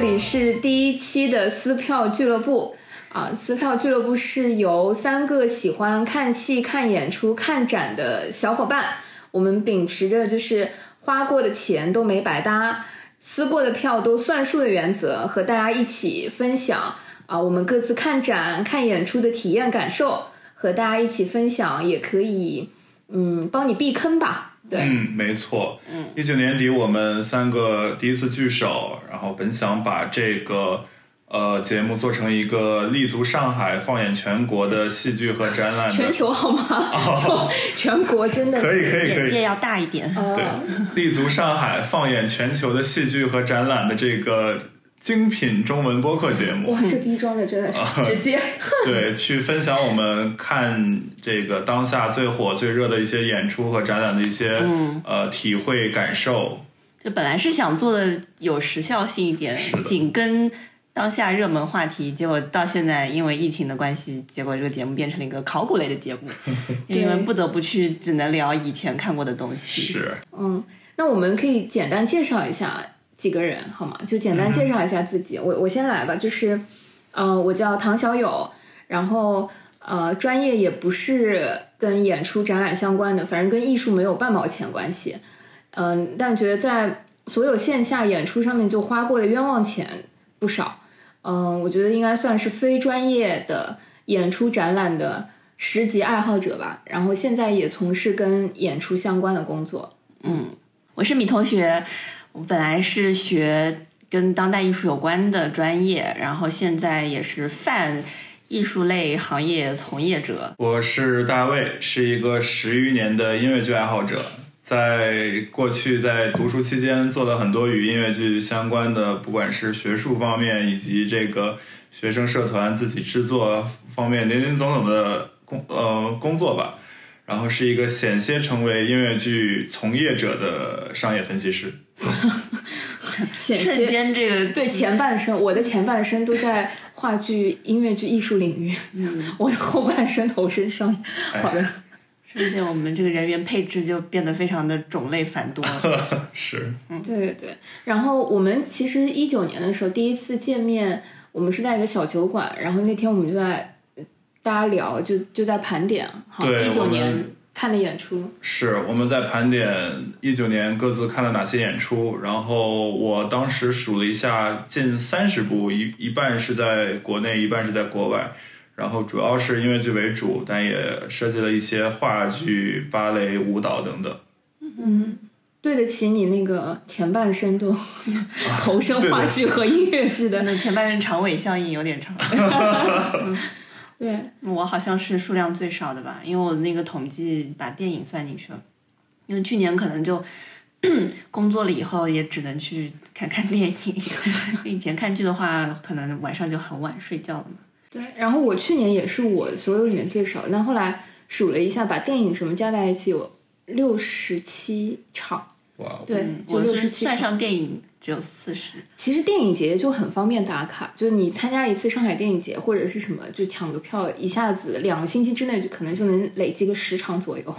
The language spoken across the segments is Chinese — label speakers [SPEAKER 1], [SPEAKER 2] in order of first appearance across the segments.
[SPEAKER 1] 里是第一期的撕票俱乐部啊，撕票俱乐部是由三个喜欢看戏、看演出、看展的小伙伴，我们秉持着就是花过的钱都没白搭，撕过的票都算数的原则，和大家一起分享啊，我们各自看展、看演出的体验感受，和大家一起分享，也可以嗯帮你避坑吧，对。
[SPEAKER 2] 嗯，没错。嗯，一九年底我们三个第一次聚首，然后本想把这个呃节目做成一个立足上海、放眼全国的戏剧和展览的。
[SPEAKER 1] 全球好吗？就全国真的
[SPEAKER 2] 可以
[SPEAKER 1] 是
[SPEAKER 2] 可以可
[SPEAKER 3] 眼界
[SPEAKER 2] 以，
[SPEAKER 3] 要大一点。
[SPEAKER 2] 对
[SPEAKER 1] 哦，
[SPEAKER 2] 立足上海、放眼全球的戏剧和展览的这个精品中文播客节目
[SPEAKER 1] 哇，，这逼装的真的是直接，
[SPEAKER 2] 对，去分享我们看这个当下最火、最热的一些演出和展览的一些、
[SPEAKER 1] 嗯
[SPEAKER 2] 呃体会感受。
[SPEAKER 3] 这本来是想做的有时效性一点
[SPEAKER 2] 的，
[SPEAKER 3] 紧跟当下热门话题，结果到现在因为疫情的关系，结果这个节目变成了一个考古类 的节目，因为不得不去只能聊以前看过的东西。
[SPEAKER 2] 是，
[SPEAKER 1] 嗯，那我们可以简单介绍一下几个人好吗？就简单介绍一下自己，我我先来吧，就是，嗯、我叫唐小友，然后呃，专业也不是跟演出展览相关的，反正跟艺术没有半毛钱关系，嗯、但觉得在所有线下演出上面就花过的冤枉钱不少，嗯、我觉得应该算是非专业的演出展览的十级爱好者吧，然后现在也从事跟演出相关的工作。
[SPEAKER 3] 我是米同学，我本来是学跟当代艺术有关的专业，然后现在也是泛艺术类行业从业者。
[SPEAKER 2] 我是大卫，是一个十余年的音乐剧爱好者，在过去在读书期间做了很多与音乐剧相关的，不管是学术方面以及这个学生社团自己制作方面林林总总的工呃工作吧。然后是一个险些成为音乐剧从业者的商业分析师。
[SPEAKER 1] 险
[SPEAKER 3] 瞬
[SPEAKER 1] 些
[SPEAKER 3] 间这个
[SPEAKER 1] 对前半生，我的前半生都在话剧、音乐剧、艺术领域，我的后半生投身商业。
[SPEAKER 2] 哎
[SPEAKER 1] 好的，
[SPEAKER 3] 瞬间我们这个人员配置就变得非常的种类 繁多。
[SPEAKER 2] 是，
[SPEAKER 1] 对对对。然后我们其实一九年的时候第一次见面，我们是在一个小酒馆，然后那天我们就在呃大家聊，就就在盘点好
[SPEAKER 2] 对
[SPEAKER 1] 一九
[SPEAKER 2] 我
[SPEAKER 1] 年
[SPEAKER 2] 们
[SPEAKER 1] 看的演出，
[SPEAKER 2] 是我们在盘点一九年各自看了哪些演出，然后我当时数了一下，近三十部，一一半是在国内，一半是在国外，然后主要是音乐剧为主，但也涉及了一些话剧、芭蕾、舞蹈等等。
[SPEAKER 1] 对得起你那个前半生都投身
[SPEAKER 2] 啊对
[SPEAKER 1] 话
[SPEAKER 2] 的
[SPEAKER 1] 剧和音乐剧的。
[SPEAKER 3] 那前半人长尾效应有点长，
[SPEAKER 1] 对，
[SPEAKER 3] 我好像是数量最少的吧，因为我那个统计把电影算进去了，因为去年可能就 工作了以后也只能去看看 电影，以前看剧的话，可能晚上就很晚睡觉了嘛。
[SPEAKER 1] 对，然后我去年也是我所有里面最少的，但后来数了一下，把电影什么加在一起有六十七场，
[SPEAKER 2] 哇，
[SPEAKER 1] 对，
[SPEAKER 3] 嗯
[SPEAKER 1] 就
[SPEAKER 3] 我
[SPEAKER 1] 六
[SPEAKER 3] 是
[SPEAKER 1] 十七
[SPEAKER 3] 算
[SPEAKER 1] 场。
[SPEAKER 3] 上电影只有四十，
[SPEAKER 1] 其实电影节就很方便打卡，就是你参加一次上海电影节或者是什么，就抢个票，一下子两个星期之内就可能就能累积个十场左右。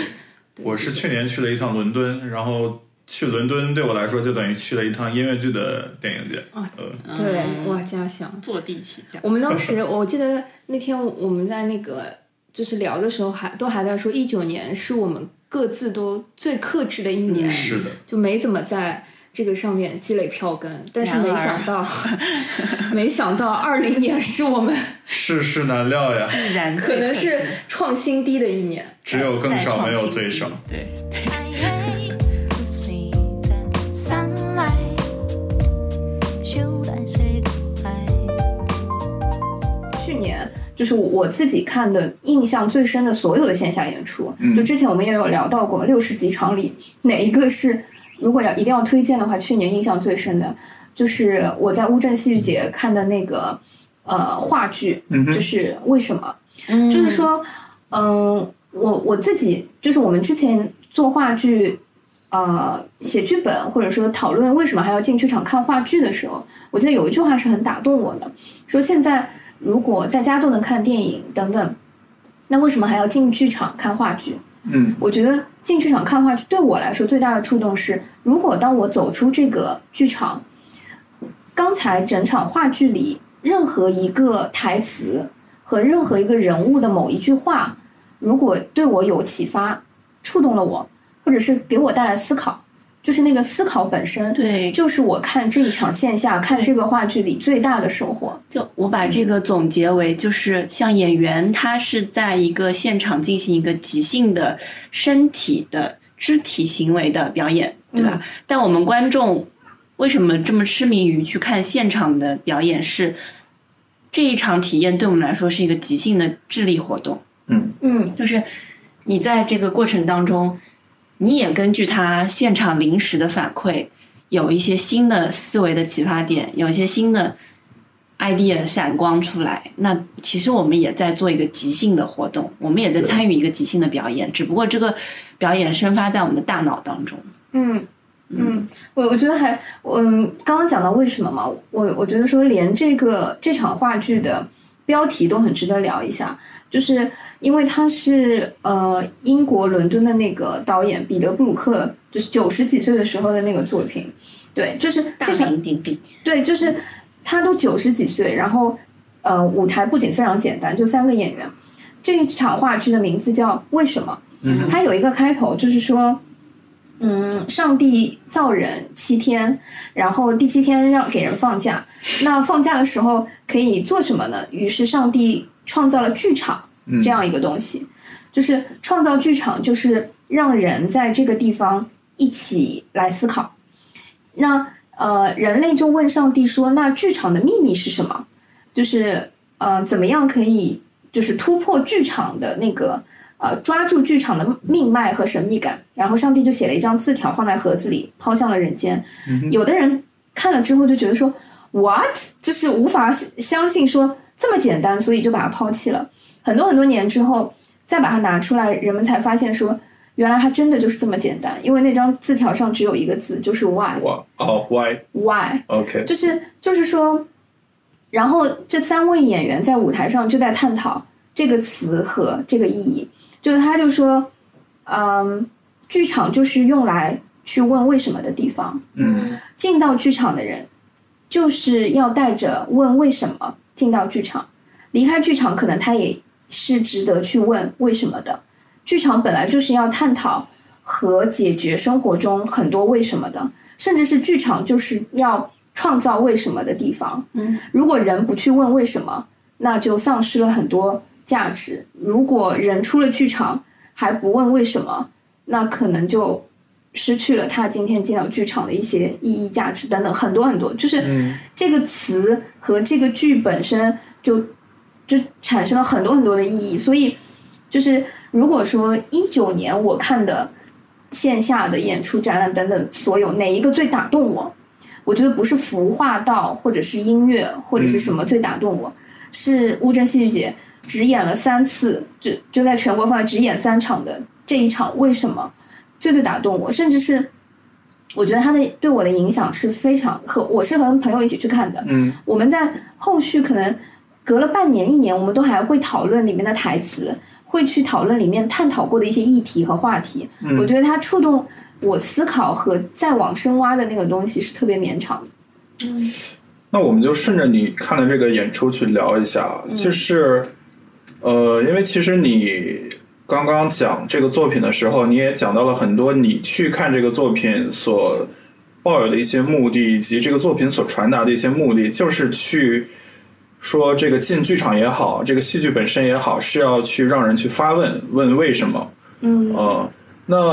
[SPEAKER 2] 我是去年去了一趟伦敦，然后去伦敦对我来说就等于去了一趟音乐剧的电影节。
[SPEAKER 1] 哦
[SPEAKER 2] 呃，
[SPEAKER 1] 对，
[SPEAKER 3] 嗯
[SPEAKER 1] 哇，家乡。
[SPEAKER 3] 坐地起价。
[SPEAKER 1] 我们当时 我记得那天我们在那个就是聊的时候还都还在说，一哎九年是我们各自都最克制的一年。
[SPEAKER 2] 嗯是的，
[SPEAKER 1] 就没怎么在这个上面积累票根，但是
[SPEAKER 3] 然
[SPEAKER 1] 没
[SPEAKER 3] 而
[SPEAKER 1] 想到，没想到 二零年是我们
[SPEAKER 2] 世事难料呀，
[SPEAKER 3] 必然
[SPEAKER 1] 可
[SPEAKER 3] 最
[SPEAKER 1] 能
[SPEAKER 3] 克制
[SPEAKER 1] 是创新低的一年。
[SPEAKER 2] 只有更少，没有最少。。
[SPEAKER 3] 对，
[SPEAKER 4] I hate to see the sunlight. Should I say goodbye?
[SPEAKER 1] 去年就是我自己看的印象最深的所有的线下演出，就之前我们也有聊到过，六十几场里哪一个是如果要一定要推荐的话，去年印象最深的，就是我在乌镇戏剧节看的那个呃话剧，就是为什么。
[SPEAKER 3] 嗯
[SPEAKER 1] 就是说，嗯、我我自己就是我们之前做话剧，呃，写剧本或者说讨论为什么还要进剧场看话剧的时候，我记得有一句话是很打动我的，说现在如果在家都能看电影等等，那为什么还要进剧场看话剧？
[SPEAKER 2] 嗯，
[SPEAKER 1] 我觉得进剧场看话剧对我来说最大的触动是，如果当我走出这个剧场，刚才整场话剧里任何一个台词和任何一个人物的某一句话，如果对我有启发、触动了我，或者是给我带来思考，就是那个思考本身，
[SPEAKER 3] 对，
[SPEAKER 1] 就是我看这一场线下、看这个话剧里最大的收获。
[SPEAKER 3] 就我把这个总结为，就是像演员，他是在一个现场进行一个即兴的身体的肢体行为的表演，对吧？但我们观众为什么这么痴迷于去看现场的表演是？这一场体验对我们来说是一个即兴的智力活动，
[SPEAKER 5] 嗯，
[SPEAKER 1] 嗯
[SPEAKER 3] 就是你在这个过程当中，你也根据他现场临时的反馈，有一些新的思维的启发点，有一些新的 idea 闪光出来。那其实我们也在做一个即兴的活动，我们也在参与一个即兴的表演，只不过这个表演生发在我们的大脑当中。
[SPEAKER 1] 嗯，嗯，我我觉得还，嗯，刚刚讲到为什么嘛，我我觉得说连这个这场话剧的标题都很值得聊一下，就是因为它是呃英国伦敦的那个导演彼得布鲁克，就是九十几岁的时候的那个作品，对，就是这场
[SPEAKER 3] 名鼎鼎，
[SPEAKER 1] 对，就是他都九十几岁，然后呃，舞台布景非常简单，就三个演员。这一场话剧的名字叫《为什么》，
[SPEAKER 5] 嗯
[SPEAKER 1] 它有一个开头，就是说，嗯，上帝造人七天，然后第七天让给人放假。那放假的时候可以做什么呢？于是上帝创造了剧场
[SPEAKER 2] 嗯
[SPEAKER 5] 嗯
[SPEAKER 1] 这样一个东西，就是创造剧场，就是让人在这个地方一起来思考。那呃，人类就问上帝说：“那剧场的秘密是什么？就是呃，怎么样可以就是突破剧场的那个呃，抓住剧场的命脉和神秘感？”然后上帝就写了一张字条放在盒子里，抛向了人间。
[SPEAKER 5] 嗯
[SPEAKER 1] 有的人看了之后就觉得说：“What？” 就是无法相信说这么简单，所以就把它抛弃了。很多很多年之后，再把它拿出来，人们才发现说。原来它真的就是这么简单，因为那张字条上只有一个字，就是 why。
[SPEAKER 5] 我哦，why
[SPEAKER 1] why，
[SPEAKER 5] OK，
[SPEAKER 1] 就是就是说，然后这三位演员在舞台上就在探讨这个词和这个意义，就是他就说，嗯，剧场就是用来去问为什么的地方，
[SPEAKER 5] 嗯
[SPEAKER 1] 进到剧场的人就是要带着问为什么进到剧场，离开剧场可能他也是值得去问为什么的。剧场本来就是要探讨和解决生活中很多为什么的，甚至是剧场就是要创造为什么的地方。
[SPEAKER 3] 嗯，
[SPEAKER 1] 如果人不去问为什么，那就丧失了很多价值。如果人出了剧场还不问为什么，那可能就失去了他今天进到剧场的一些意义、价值等等很多很多。就是
[SPEAKER 5] 嗯
[SPEAKER 1] 这个词和这个剧本身就就产生了很多很多的意义。所以，就是如果说一九年我看的线下的演出、展览等等，所有哪一个最打动我？我觉得不是服化道，或者是音乐，或者是什么最打动我，是乌镇戏剧节只演了三次，就就在全国范围只演三场的这一场，为什么最最打动我？甚至是我觉得它的对我的影响是非常和我是和朋友一起去看的，
[SPEAKER 5] 嗯
[SPEAKER 1] 我们在后续可能隔了半年一年，我们都还会讨论里面的台词，会去讨论里面探讨过的一些议题和话题。我觉得它触动我思考和再往深挖的那个东西是特别绵长的。
[SPEAKER 5] 那我们就顺着你看的这个演出去聊一下，就是，呃，因为其实你刚刚讲这个作品的时候，你也讲到了很多你去看这个作品所抱有的一些目的，以及这个作品所传达的一些目的，就是去说这个进剧场也好，这个戏剧本身也好，是要去让人去发问，问为什么，嗯，
[SPEAKER 2] 哦
[SPEAKER 5] 呃。那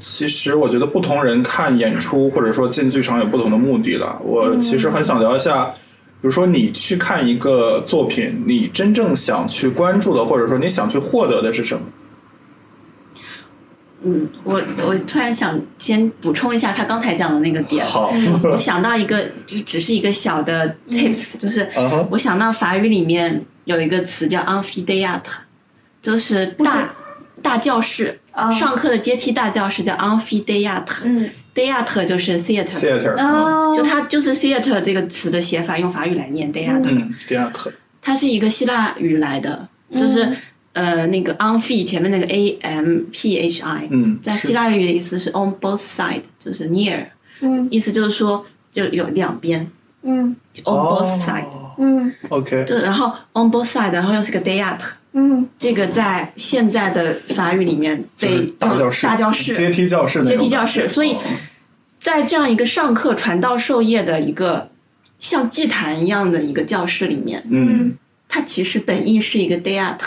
[SPEAKER 5] 其实我觉得不同人看演出或者说进剧场有不同的目的了。我其实很想聊一下，比如说你去看一个作品，你真正想去关注的，或者说你想去获得的是什么？
[SPEAKER 3] 嗯，我我突然想先补充一下他刚才讲的那个点，
[SPEAKER 5] 好，
[SPEAKER 3] 我想到一个，就只是一个小的 tips，、就是
[SPEAKER 5] 嗯哼
[SPEAKER 3] 我想到法语里面有一个词叫 a m p h i t h e a t r 就是
[SPEAKER 1] 知
[SPEAKER 3] 大大教室、
[SPEAKER 1] 啊
[SPEAKER 3] 上课的阶梯大教室叫 a m p h i t h e a t r
[SPEAKER 1] 嗯
[SPEAKER 3] t h e a t r 就是 theater，
[SPEAKER 5] ，theater，嗯
[SPEAKER 1] 啊，
[SPEAKER 3] 哦就它就是 theater 这个词的写法，用法语来念 theater，、
[SPEAKER 5] 嗯，theater，
[SPEAKER 3] 它是一个希腊语来的，就是、呃那个 amphi 前面那个 a m p h i，
[SPEAKER 5] 嗯，
[SPEAKER 3] 在
[SPEAKER 5] 是
[SPEAKER 3] 希腊语的意思是 on both side，就是 near，
[SPEAKER 1] 嗯
[SPEAKER 3] 意思就是说就有两边。
[SPEAKER 1] 嗯
[SPEAKER 3] on
[SPEAKER 5] 哦
[SPEAKER 2] 哦
[SPEAKER 3] both side，、
[SPEAKER 1] 嗯
[SPEAKER 2] OK，
[SPEAKER 3] 对，然后 on both side，然后又是个 day out，
[SPEAKER 1] 嗯
[SPEAKER 3] 这个在现在的法语里面
[SPEAKER 2] 就是
[SPEAKER 3] 被
[SPEAKER 2] 大教室、
[SPEAKER 3] 大教室
[SPEAKER 2] 阶梯教室那种
[SPEAKER 3] 阶
[SPEAKER 2] 感觉、
[SPEAKER 3] 梯教室，所以嗯
[SPEAKER 2] 哦
[SPEAKER 3] 在这样一个上课传道授业的一个像祭坛一样的一个教室里面，
[SPEAKER 2] 嗯
[SPEAKER 3] 它其实本意是一个 day out，它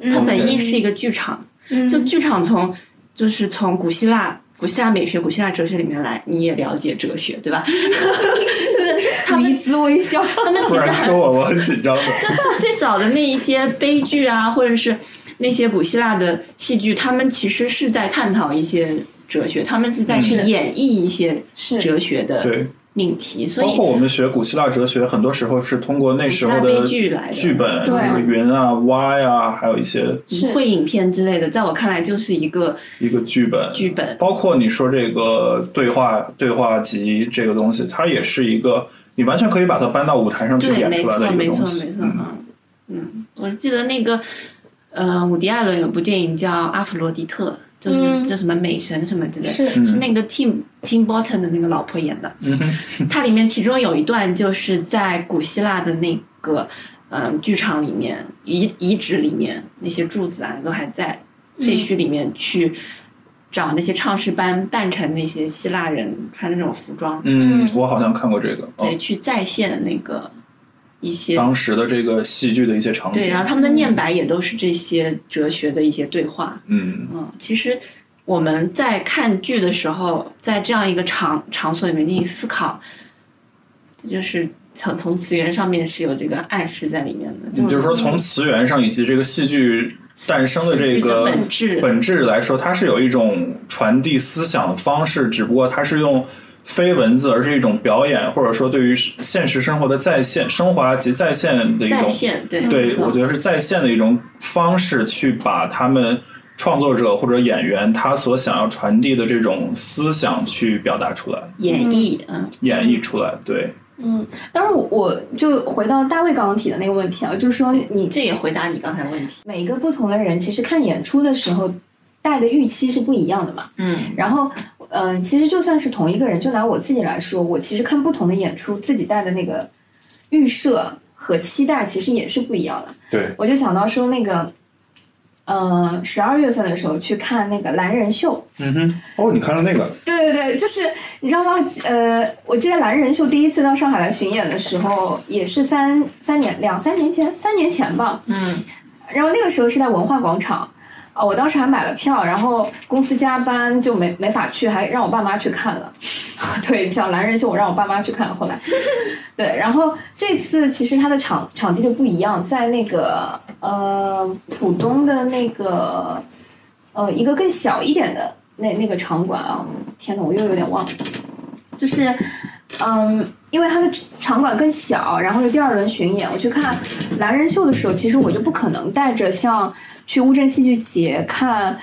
[SPEAKER 1] 嗯
[SPEAKER 3] 本意是一个剧场。
[SPEAKER 1] 嗯，
[SPEAKER 3] 就剧场从就是从古希腊古希腊美学、古希腊哲学里面来，你也了解哲学对吧？ 就是他们
[SPEAKER 1] 姿微 笑，
[SPEAKER 3] 他们其
[SPEAKER 2] 突
[SPEAKER 3] 实
[SPEAKER 2] 然
[SPEAKER 3] 很
[SPEAKER 2] 说我，我很紧张的。
[SPEAKER 3] 就最早的那一些悲剧啊，或者是那些古希腊的戏剧，他们其实是在探讨一些哲学，他们是在去
[SPEAKER 1] 嗯
[SPEAKER 3] 演绎一些
[SPEAKER 1] 是
[SPEAKER 3] 哲学的
[SPEAKER 2] 对，
[SPEAKER 3] 命题，所
[SPEAKER 2] 包
[SPEAKER 3] 以
[SPEAKER 2] 括我们学古希腊哲学，很多时候是通过那时候
[SPEAKER 3] 古希腊
[SPEAKER 2] 的
[SPEAKER 3] 悲剧来的嗯
[SPEAKER 2] 剧本，
[SPEAKER 1] 对
[SPEAKER 2] 那个云啊、蛙呀、还有一些
[SPEAKER 1] 是
[SPEAKER 3] 会影片之类的，在我看来就是一个
[SPEAKER 2] 一个剧本。
[SPEAKER 3] 剧本。
[SPEAKER 2] 包括你说这个对话对话集这个东西，它也是一个你完全可以把它搬到舞台上去
[SPEAKER 3] 对，
[SPEAKER 2] 演
[SPEAKER 3] 没
[SPEAKER 2] 出来
[SPEAKER 3] 错，
[SPEAKER 2] 的一
[SPEAKER 3] 没
[SPEAKER 2] 个
[SPEAKER 3] 错，
[SPEAKER 2] 东
[SPEAKER 3] 没
[SPEAKER 2] 西。
[SPEAKER 3] 错
[SPEAKER 2] 嗯，
[SPEAKER 3] 啊。嗯，我记得那个，呃，伍迪·艾伦有部电影叫《阿弗罗狄特》，就是、
[SPEAKER 1] 嗯
[SPEAKER 3] 就什么美神什么之类的，
[SPEAKER 1] 是
[SPEAKER 3] 是那个 Tim Tim Burton 的那个老婆演 的。
[SPEAKER 2] 嗯哼
[SPEAKER 3] 它里面其中有一段就是在古希腊的那个嗯、呃剧场里面遗遗址里面那些柱子啊都还在
[SPEAKER 1] 嗯
[SPEAKER 3] 废墟里面去找那些唱诗班扮成那些希腊人穿那种服装，
[SPEAKER 2] 嗯，我好像看过这个，哦
[SPEAKER 3] 对，，去再现那个一些
[SPEAKER 2] 当时的这个戏剧的一些场景。
[SPEAKER 3] 对，然后他们的念白也都是这些哲学的一些对话。
[SPEAKER 2] 嗯，
[SPEAKER 3] 嗯，其实我们在看剧的时候，在这样一个场场所里面进行思考，这就是从从词源上面是有这个暗示在里面的。
[SPEAKER 2] 你就是说从词源上以及这个戏剧诞生的这个
[SPEAKER 3] 嗯戏剧的本质
[SPEAKER 2] 本质来说，它是有一种传递思想的方式，只不过它是用非文字，而是一种表演，或者说对于现实生活的再现、升华及再现的一
[SPEAKER 3] 在
[SPEAKER 2] 种
[SPEAKER 3] 线，对
[SPEAKER 2] 对
[SPEAKER 3] 没，错
[SPEAKER 2] 我觉得是在线的一种方式，去把他们创作者或者演员他所想要传递的这种思想去表达出来、
[SPEAKER 3] 演绎，嗯，
[SPEAKER 2] 演绎出来。对，
[SPEAKER 1] 嗯，当然我我就回到大卫刚刚提的那个问题啊，就是说你
[SPEAKER 3] 这也回答你刚才的问题。
[SPEAKER 1] 每一个不同的人，其实看演出的时候带的预期是不一样的嘛。
[SPEAKER 3] 嗯，
[SPEAKER 1] 然后，嗯、其实就算是同一个人，就拿我自己来说，我其实看不同的演出，自己带的那个预设和期待其实也是不一样的。
[SPEAKER 2] 对，
[SPEAKER 1] 我就想到说那个，呃，十二月份的时候去看那个蓝人秀，
[SPEAKER 2] 嗯哼，哦，你看到那个，
[SPEAKER 1] 对对对，就是你知道吗？呃，我记得蓝人秀第一次到上海来巡演的时候，也是三三年两三年前，三年前吧。
[SPEAKER 3] 嗯。
[SPEAKER 1] 然后那个时候是在文化广场，啊，我当时还买了票，然后公司加班就没没法去，还让我爸妈去看了。 对，讲蓝人秀，我让我爸妈去看了。后来，对，然后这次其实它的场场地就不一样，在那个呃浦东的那个呃一个更小一点的那那个场馆啊，天呐，我又有点忘了，就是嗯，因为它的场馆更小，然后有第二轮巡演，我去看蓝人秀的时候，其实我就不可能带着像去乌镇戏剧节看。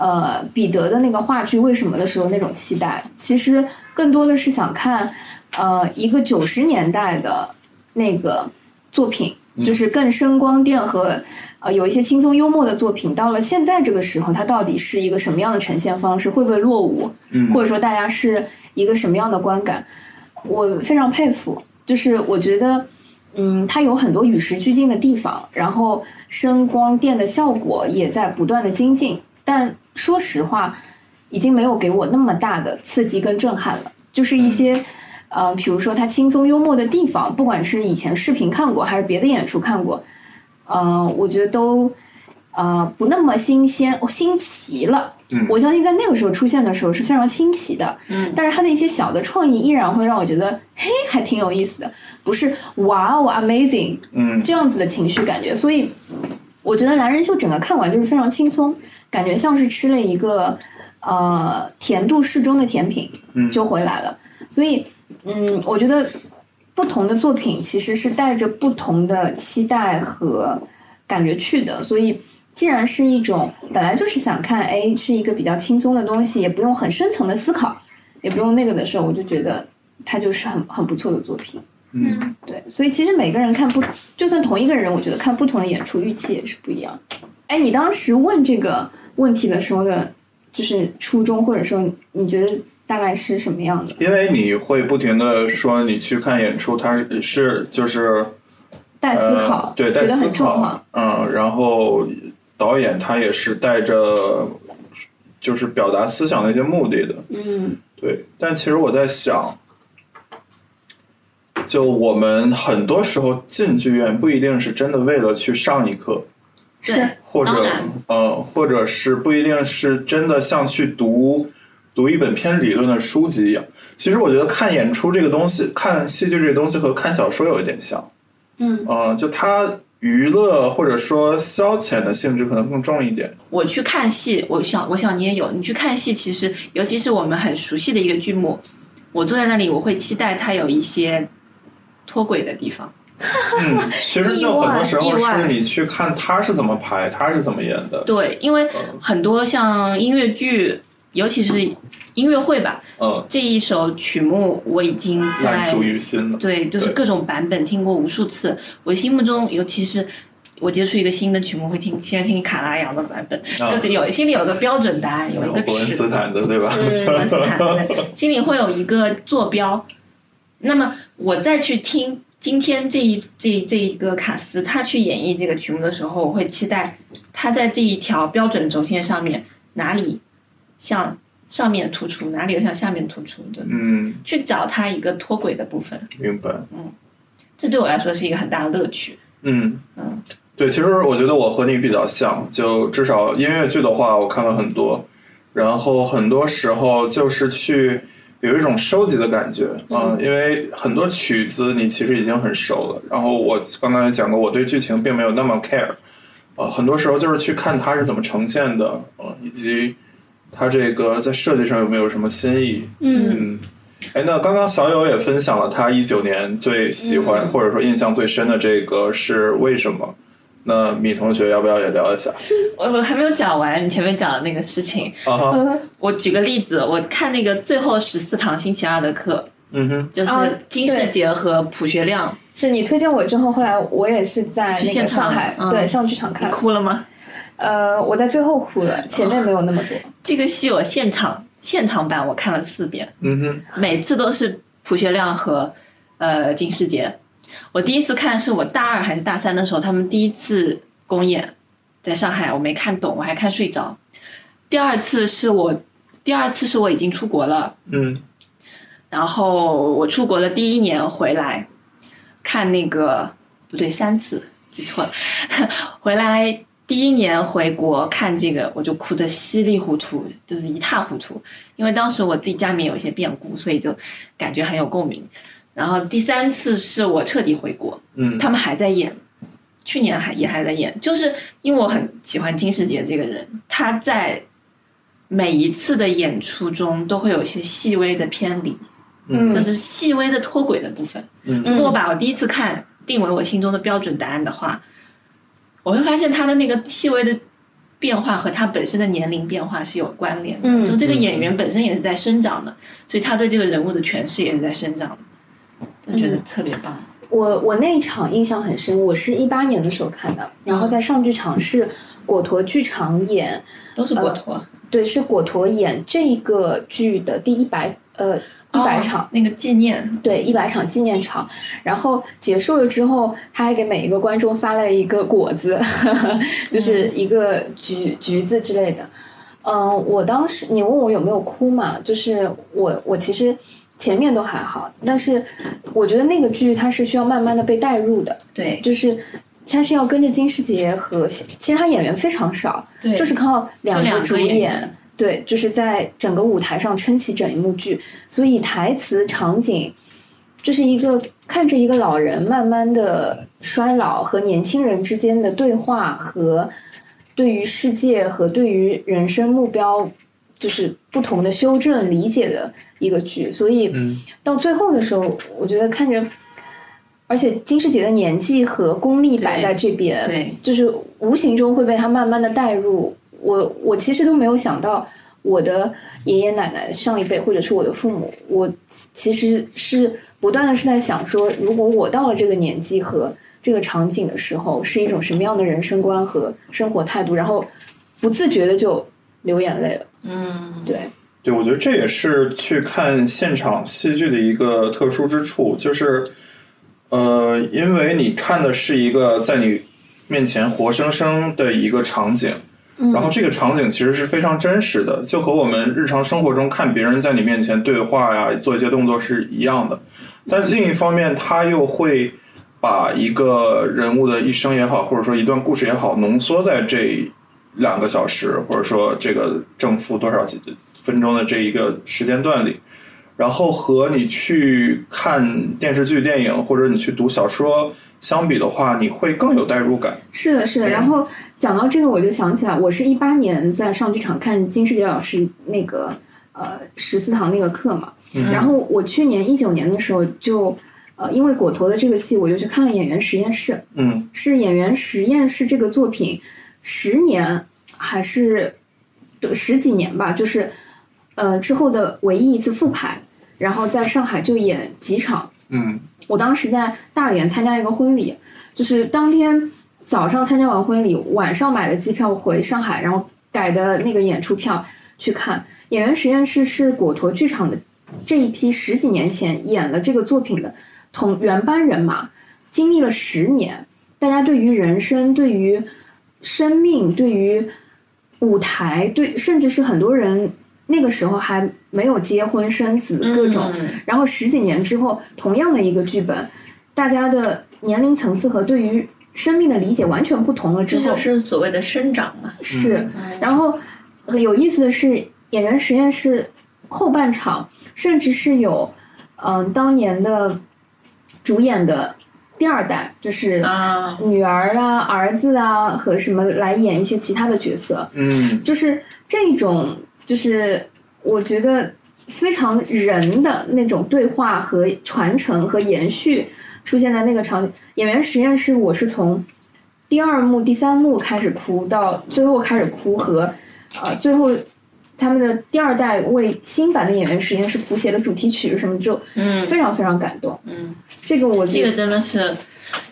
[SPEAKER 1] 呃，彼得的那个话剧《为什么》的时候那种期待，其实更多的是想看，呃，一个九十年代的那个作品，就是更声光电和呃有一些轻松幽默的作品，到了现在这个时候，它到底是一个什么样的呈现方式？会不会落伍？
[SPEAKER 2] 嗯
[SPEAKER 1] 或者说大家是一个什么样的观感？我非常佩服，就是我觉得，嗯，它有很多与时俱进的地方，然后声光电的效果也在不断的精进，但说实话，已经没有给我那么大的刺激跟震撼了，就是一些。呃，比如说它轻松幽默的地方，不管是以前视频看过还是别的演出看过，呃，我觉得都呃不那么新鲜、哦新奇了。
[SPEAKER 2] 嗯
[SPEAKER 1] 我相信在那个时候出现的时候是非常新奇的，
[SPEAKER 3] 嗯
[SPEAKER 1] 但是它的一些小的创意依然会让我觉得，嘿，还挺有意思的，不是哇哦 amazing
[SPEAKER 2] 嗯，
[SPEAKER 1] 这样子的情绪感觉。所以我觉得《男人秀》整个看完就是非常轻松，感觉像是吃了一个呃甜度适中的甜品
[SPEAKER 2] 嗯
[SPEAKER 1] 就回来了。所以嗯，我觉得不同的作品其实是带着不同的期待和感觉去的，所以。既然是一种本来就是想看，哎，是一个比较轻松的东西，也不用很深层的思考，也不用那个的时候，我就觉得它就是很很不错的作品。
[SPEAKER 2] 嗯，
[SPEAKER 1] 对，所以其实每个人看不，就算同一个人，我觉得看不同的演出预期也是不一样。哎，你当时问这个问题的时候的，就是初衷，或者说你觉得大概是什么样的？
[SPEAKER 2] 因为你会不停的说你去看演出，它是是就是
[SPEAKER 1] 带思考，
[SPEAKER 2] 呃、对，带
[SPEAKER 1] 觉得
[SPEAKER 2] 思
[SPEAKER 1] 很重要
[SPEAKER 2] 考。，嗯，然后导演他也是带着就是表达思想的一些目的的，
[SPEAKER 1] 嗯
[SPEAKER 2] 对，但其实我在想，就我们很多时候进剧院不一定是真的为了去上一课，
[SPEAKER 1] 是
[SPEAKER 2] 或者
[SPEAKER 3] 当然
[SPEAKER 2] 呃，或者是不一定是真的像去读读一本偏理论的书籍一样。其实我觉得看演出这个东西，看戏剧这个东西和看小说有一点像，
[SPEAKER 1] 嗯
[SPEAKER 2] 嗯、就它娱乐或者说消遣的性质可能更重一点。
[SPEAKER 3] 我去看戏，我想我想你也有，你去看戏，其实尤其是我们很熟悉的一个剧目，我坐在那里，我会期待它有一些脱轨的地方。
[SPEAKER 2] 嗯，其实就很多时候是你去看他是怎么拍，他是怎么演的。
[SPEAKER 3] 对，因为很多像音乐剧，尤其是音乐会吧，
[SPEAKER 2] 嗯，
[SPEAKER 3] 这一首曲目我已经
[SPEAKER 2] 烂
[SPEAKER 3] 在
[SPEAKER 2] 熟于心了。
[SPEAKER 3] 对，就是
[SPEAKER 2] 对
[SPEAKER 3] 各种版本听过无数次。我心目中，尤其是我接触一个新的曲目，会听先听卡拉扬的版本，
[SPEAKER 2] 啊
[SPEAKER 3] 就是有心里有个标准答案，有一个
[SPEAKER 2] 伯恩
[SPEAKER 3] 尺
[SPEAKER 2] 斯坦的对吧？
[SPEAKER 3] 伯恩斯坦对， 心里会有一个坐标。那么我再去听今天这一这这一个卡斯他去演绎这个曲目的时候，我会期待他在这一条标准轴线上面哪里向上面突出，哪里又向下面突出的，
[SPEAKER 2] 嗯，
[SPEAKER 3] 去找他一个脱轨的部分。
[SPEAKER 2] 明白。
[SPEAKER 3] 这对我来说是一个很大的乐趣。
[SPEAKER 2] 嗯
[SPEAKER 3] 嗯，
[SPEAKER 2] 对，其实我觉得我和你比较像，就至少音乐剧的话，我看了很多，然后很多时候就是去有一种收集的感觉，嗯，因为很多曲子你其实已经很熟了，然后我刚才也讲过，我对剧情并没有那么 care，呃，很多时候就是去看它是怎么呈现的，呃，以及它这个在设计上有没有什么新意，
[SPEAKER 1] 嗯
[SPEAKER 2] 嗯，哎，那刚刚小友也分享了他一九年最喜欢、或者说印象最深的这个是为什么？那米同学要不要也聊一下？
[SPEAKER 3] 我我还没有讲完你前面讲的那个事情。
[SPEAKER 2] 啊哈，
[SPEAKER 3] 我举个例子，我看那个最后十四堂星期二的课，
[SPEAKER 2] 嗯哼，
[SPEAKER 3] 就是
[SPEAKER 1] 啊
[SPEAKER 3] 金世杰和朴学亮，
[SPEAKER 1] 是你推荐我之后，后来我也是在那
[SPEAKER 3] 现
[SPEAKER 1] 个
[SPEAKER 3] 场
[SPEAKER 1] 上海，
[SPEAKER 3] 嗯
[SPEAKER 1] 对，上剧场
[SPEAKER 3] 你
[SPEAKER 1] 看。
[SPEAKER 3] 哭了吗？
[SPEAKER 1] 呃，我在最后哭了，前面没有那么多。
[SPEAKER 3] 这个戏我现场现场版我看了四遍，
[SPEAKER 2] 嗯哼，
[SPEAKER 3] 每次都是朴学亮和呃金世杰。我第一次看是我大二还是大三的时候，他们第一次公演在上海，我没看懂，我还看睡着。第二次是我第二次是我已经出国了，
[SPEAKER 2] 嗯
[SPEAKER 3] 然后我出国的第一年回来，看那个不对，三次记错了。 回来第一年回国看这个，我就哭得稀里糊涂，就是一塌糊涂。因为当时我自己家里面有一些变故，所以就感觉很有共鸣。然后第三次是我彻底回国，
[SPEAKER 2] 嗯，
[SPEAKER 3] 他们还在演，去年还也还在演，就是因为我很喜欢金世杰这个人，他在每一次的演出中都会有一些细微的偏离，
[SPEAKER 2] 嗯
[SPEAKER 3] 就是细微的脱轨的部分。
[SPEAKER 2] 嗯
[SPEAKER 3] 如果我把我第一次看定为我心中的标准答案的话，我会发现他的那个细微的变化和他本身的年龄变化是有关联的。
[SPEAKER 1] 嗯
[SPEAKER 3] 就这个演员本身也是在生长的，所以他对这个人物的诠释也是在生长的。真的觉得
[SPEAKER 1] 嗯
[SPEAKER 3] 特别棒，
[SPEAKER 1] 我我那一场印象很深，我是一八年的时候看的，然后在上剧场是果陀剧场演，
[SPEAKER 3] 都
[SPEAKER 1] 呃
[SPEAKER 3] 是果陀。
[SPEAKER 1] 对，是果陀演这个剧的第一百呃一百场。
[SPEAKER 3] 哦那个纪念，
[SPEAKER 1] 对，一百场纪念场，然后结束了之后，他还给每一个观众发了一个果子， 就是一个橘橘子之类的。嗯、我当时你问我有没有哭嘛，就是我我其实前面都还好，但是我觉得那个剧它是需要慢慢的被带入的，
[SPEAKER 3] 对
[SPEAKER 1] 就是他是要跟着金世杰和，其实他演员非常少，
[SPEAKER 3] 对，
[SPEAKER 1] 就是靠两
[SPEAKER 3] 两
[SPEAKER 1] 个
[SPEAKER 3] 个
[SPEAKER 1] 主
[SPEAKER 3] 演
[SPEAKER 1] 演
[SPEAKER 3] 员，
[SPEAKER 1] 对，就是在整个舞台上撑起整一幕剧，所以台词、场景，就是一个看着一个老人慢慢的衰老和年轻人之间的对话和对于世界和对于人生目标。就是不同的修正理解的一个剧，所以
[SPEAKER 2] 嗯
[SPEAKER 1] 到最后的时候，我觉得看着，而且金世杰的年纪和功力摆
[SPEAKER 3] 对
[SPEAKER 1] 在这边，
[SPEAKER 3] 对
[SPEAKER 1] 就是无形中会被他慢慢的带入。我我其实都没有想到，我的爷爷奶奶上一辈或者是我的父母，我其实是不断的是在想说，如果我到了这个年纪和这个场景的时候，是一种什么样的人生观和生活态度，然后不自觉的就流眼泪了。
[SPEAKER 3] 嗯，
[SPEAKER 1] 对，
[SPEAKER 2] 对，我觉得这也是去看现场戏剧的一个特殊之处，就是，呃，因为你看的是一个在你面前活生生的一个场景，然后这个场景其实是非常真实的，就和我们日常生活中看别人在你面前对话呀、做一些动作是一样的。但另一方面，他又会把一个人物的一生也好，或者说一段故事也好，浓缩在这两个小时，或者说这个正负多少几分钟的这一个时间段里。然后和你去看电视剧、电影，或者你去读小说相比的话，你会更有代入感。
[SPEAKER 1] 是的，是的。
[SPEAKER 2] 对
[SPEAKER 1] 然后讲到这个，我就想起来，我是一八年在上剧场看金世杰老师那个呃十四堂那个课嘛。
[SPEAKER 2] 嗯
[SPEAKER 1] 然后我去年一九年的时候就呃因为果陀的这个戏，我就去看了《演员实验室》，
[SPEAKER 2] 嗯
[SPEAKER 1] 是《演员实验室》这个作品十年还是对十几年吧，就是呃之后的唯一一次复排，然后在上海就演几场。
[SPEAKER 2] 嗯
[SPEAKER 1] 我当时在大连参加一个婚礼，就是当天早上参加完婚礼，晚上买的机票回上海，然后改的那个演出票去看。演员实验室是果陀剧场的这一批十几年前演了这个作品的同原班人马，经历了十年，大家对于人生、对于生命、对于舞台、对，甚至是很多人那个时候还没有结婚生子，各
[SPEAKER 3] 嗯
[SPEAKER 1] 种。然后十几年之后，同样的一个剧本，大家的年龄层次和对于生命的理解完全不同了之
[SPEAKER 3] 这
[SPEAKER 1] 后，嗯
[SPEAKER 3] 就是嗯所谓的生长嘛。
[SPEAKER 1] 是然后很有意思的是，演员实验室后半场甚至是有，嗯、当年的主演的第二代，就是
[SPEAKER 3] 啊，
[SPEAKER 1] 女儿啊、儿子啊和什么来演一些其他的角色，
[SPEAKER 2] 嗯
[SPEAKER 1] 就是这种，就是我觉得非常人的那种对话和传承和延续出现在那个场景。演员实验室，我是从第二幕、第三幕开始哭，到最后开始哭和呃最后。他们的第二代为新版的演员实验室谱写的主题曲什么，就
[SPEAKER 3] 嗯
[SPEAKER 1] 非常非常感动。
[SPEAKER 3] 嗯，
[SPEAKER 1] 这个我觉
[SPEAKER 3] 这
[SPEAKER 1] 得
[SPEAKER 3] 个真的是，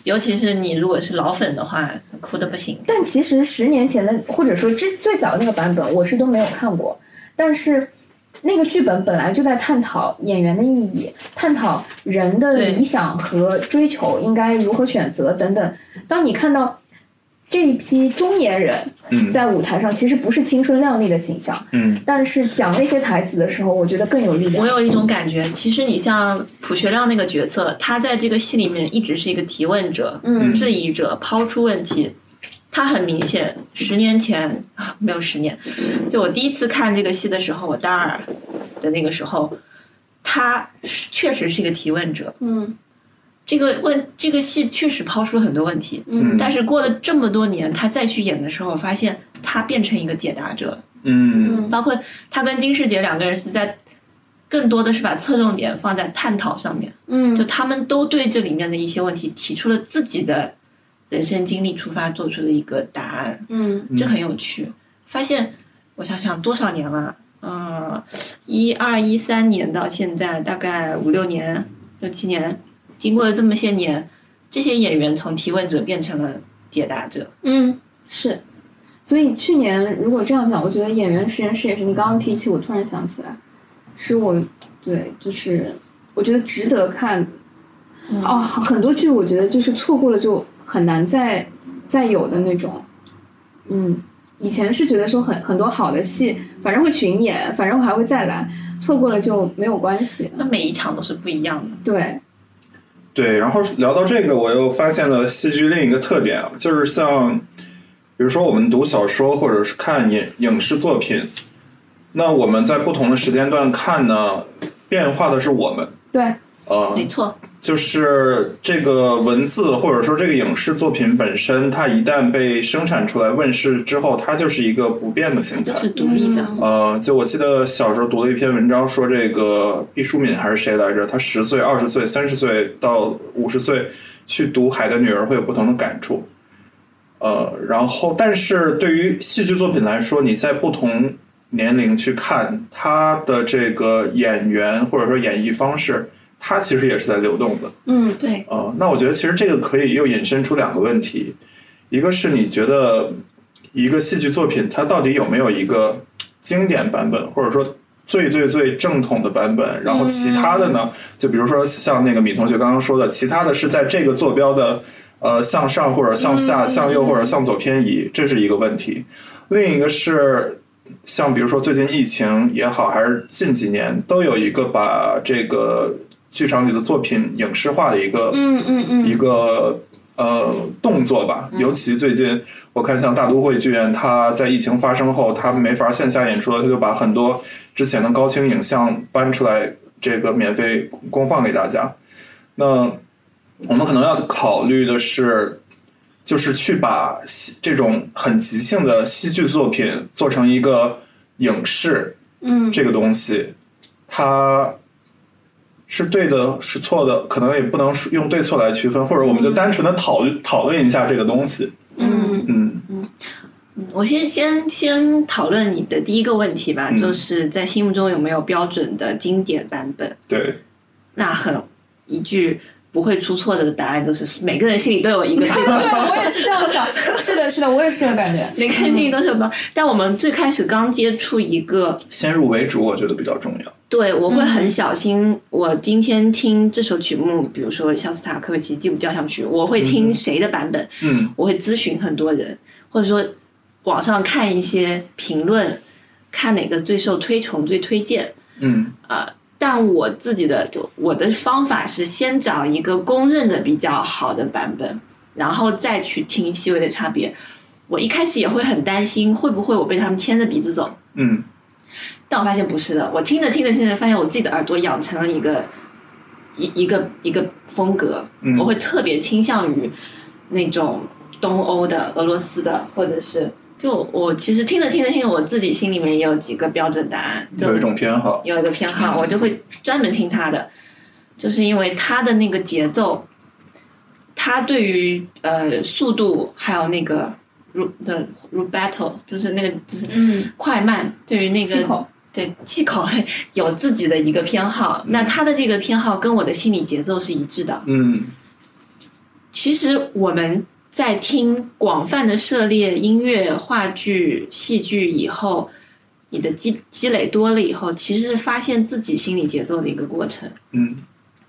[SPEAKER 3] 尤其是你如果是老粉的话，哭的不行。
[SPEAKER 1] 但其实十年前的，或者说之最早的那个版本，我是都没有看过。但是那个剧本本来就在探讨演员的意义，探讨人的
[SPEAKER 3] 对
[SPEAKER 1] 理想和追求应该如何选择等等。当你看到这一批中年人
[SPEAKER 2] 嗯
[SPEAKER 1] 在舞台上，其实不是青春靓丽的形象，
[SPEAKER 2] 嗯
[SPEAKER 1] 但是讲那些台词的时候，我觉得更有力
[SPEAKER 3] 我
[SPEAKER 1] 量。
[SPEAKER 3] 有一种感觉，其实你像朴学亮那个角色，他在这个戏里面一直是一个提问者、
[SPEAKER 1] 嗯
[SPEAKER 3] 质疑者，抛出问题。他很明显，十年前啊，没有十年，就我第一次看这个戏的时候，我大二的那个时候，他是确实是一个提问者。
[SPEAKER 1] 嗯
[SPEAKER 3] 这个问这个戏确实抛出了很多问题，
[SPEAKER 1] 嗯
[SPEAKER 3] 但是过了这么多年，他再去演的时候，我发现他变成一个解答者了。
[SPEAKER 2] 嗯
[SPEAKER 1] 嗯
[SPEAKER 3] 包括他跟金世杰两个人是在更多的是把侧重点放在探讨上面，就
[SPEAKER 1] 嗯，
[SPEAKER 3] 他们都对这里面的一些问题提出了自己的人生经历出发做出的一个答案，
[SPEAKER 1] 嗯
[SPEAKER 3] 这很有趣。发现我想想多少年了，嗯，一二一三年到现在大概五六年、六七年，经过了这么些年，这些演员从提问者变成了解答者，
[SPEAKER 1] 嗯，是。所以去年如果这样讲，我觉得演员实验室也是你刚刚提起，我突然想起来，是我对，就是我觉得值得看。
[SPEAKER 6] 嗯
[SPEAKER 1] 哦，很多剧我觉得就是错过了就很难再再有的那种。嗯，以前是觉得说很很多好的戏，反正会巡演，反正我还会再来，错过了就没有关系。
[SPEAKER 3] 那每一场都是不一样的。
[SPEAKER 1] 对，
[SPEAKER 2] 对，然后聊到这个，我又发现了戏剧另一个特点啊，就是像，比如说我们读小说或者是看影影视作品，那我们在不同的时间段看呢，变化的是我们，
[SPEAKER 1] 对，
[SPEAKER 2] 呃，
[SPEAKER 3] 没错，
[SPEAKER 2] 就是这个文字或者说这个影视作品本身，它一旦被生产出来问世之后，它就是一个不变的形态
[SPEAKER 3] 这。是独立的。
[SPEAKER 1] 嗯
[SPEAKER 2] 呃，就我记得小时候读了一篇文章，说这个毕淑敏还是谁来着？她十岁、二十岁、三十岁到五十岁去读《海的女儿》会有不同的感触。呃，然后，但是对于戏剧作品来说，你在不同年龄去看它的这个演员或者说演绎方式，它其实也是在流动的。
[SPEAKER 1] 嗯
[SPEAKER 3] 对，
[SPEAKER 2] 呃，那我觉得其实这个可以又引申出两个问题，一个是你觉得一个戏剧作品它到底有没有一个经典版本，或者说最最最正统的版本，然后其他的呢，就比如说像那个米同学刚刚说的，其他的是在这个坐标的呃向上或者向下、向右或者向左偏移，这是一个问题。另一个是像比如说最近疫情也好，还是近几年都有一个把这个剧场里的作品影视化的一个
[SPEAKER 6] 嗯嗯
[SPEAKER 2] 一
[SPEAKER 6] 嗯，
[SPEAKER 2] 个呃动作吧。尤其最近，我看像大都会剧院，它在疫情发生后，它没法线下演出了，它就把很多之前的高清影像搬出来，这个免费公放给大家。那我们可能要考虑的是，就是去把戏这种很即兴的戏剧作品做成一个影视，
[SPEAKER 6] 嗯
[SPEAKER 2] 这个东西，它是对的，是错的，可能也不能用对错来区分，或者我们就单纯的讨论、讨论一下这个东西。
[SPEAKER 3] 嗯，
[SPEAKER 2] 嗯
[SPEAKER 3] 我先先先讨论你的第一个问题吧，
[SPEAKER 2] 嗯
[SPEAKER 3] 就是在心目中有没有标准的经典版本？
[SPEAKER 2] 对，
[SPEAKER 3] 那很一句不会出错的答案，就是每个人心里都有一个最
[SPEAKER 1] 嗯
[SPEAKER 3] 标准。
[SPEAKER 6] 我也是这 样想，是的，是的，我也是这种感觉。
[SPEAKER 3] 每个人心里都是有标，但我们最开始刚接触一个，
[SPEAKER 2] 先入为主，我觉得比较重要。
[SPEAKER 3] 对我会很小心。我今天听这首曲目，比如说肖斯塔科维奇《第五交响曲》，我会听谁的版本，
[SPEAKER 2] 嗯
[SPEAKER 3] 我会咨询很多人，或者说网上看一些评论，看哪个最受推崇、最推荐。
[SPEAKER 2] 嗯
[SPEAKER 3] 但我自己的就我的方法是先找一个公认的比较好的版本，然后再去听细微的差别。我一开始也会很担心，会不会我被他们牵着鼻子走？
[SPEAKER 2] 嗯
[SPEAKER 3] 但我发现不是的，我听着听着听着，发现我自己的耳朵养成了一个一一个一个风格，
[SPEAKER 2] 嗯
[SPEAKER 3] 我会特别倾向于那种东欧的、俄罗斯的，或者是就我其实听着听着听着，我自己心里面也有几个标准答案，就
[SPEAKER 2] 有一种偏好。
[SPEAKER 3] 有一个偏好，我就会专门听他的，就是因为他的那个节奏，他对于呃速度还有那个 ru 的 ru battle，就是那个就是
[SPEAKER 6] 嗯，
[SPEAKER 3] 快慢，对于那个
[SPEAKER 6] 气口
[SPEAKER 3] 对气口 有自己的一个偏好。那他的这个偏好跟我的心理节奏是一致的。
[SPEAKER 2] 嗯
[SPEAKER 3] 其实我们在听广泛的涉猎音乐、话剧、戏剧以后，你的积积累多了以后，其实是发现自己心理节奏的一个过程。
[SPEAKER 2] 嗯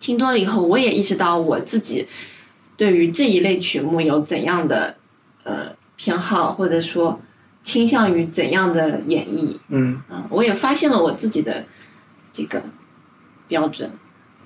[SPEAKER 3] 听多了以后，我也意识到我自己对于这一类曲目有怎样的呃偏好，或者说倾向于怎样的演绎。
[SPEAKER 2] 嗯，
[SPEAKER 3] 嗯，我也发现了我自己的这个标准。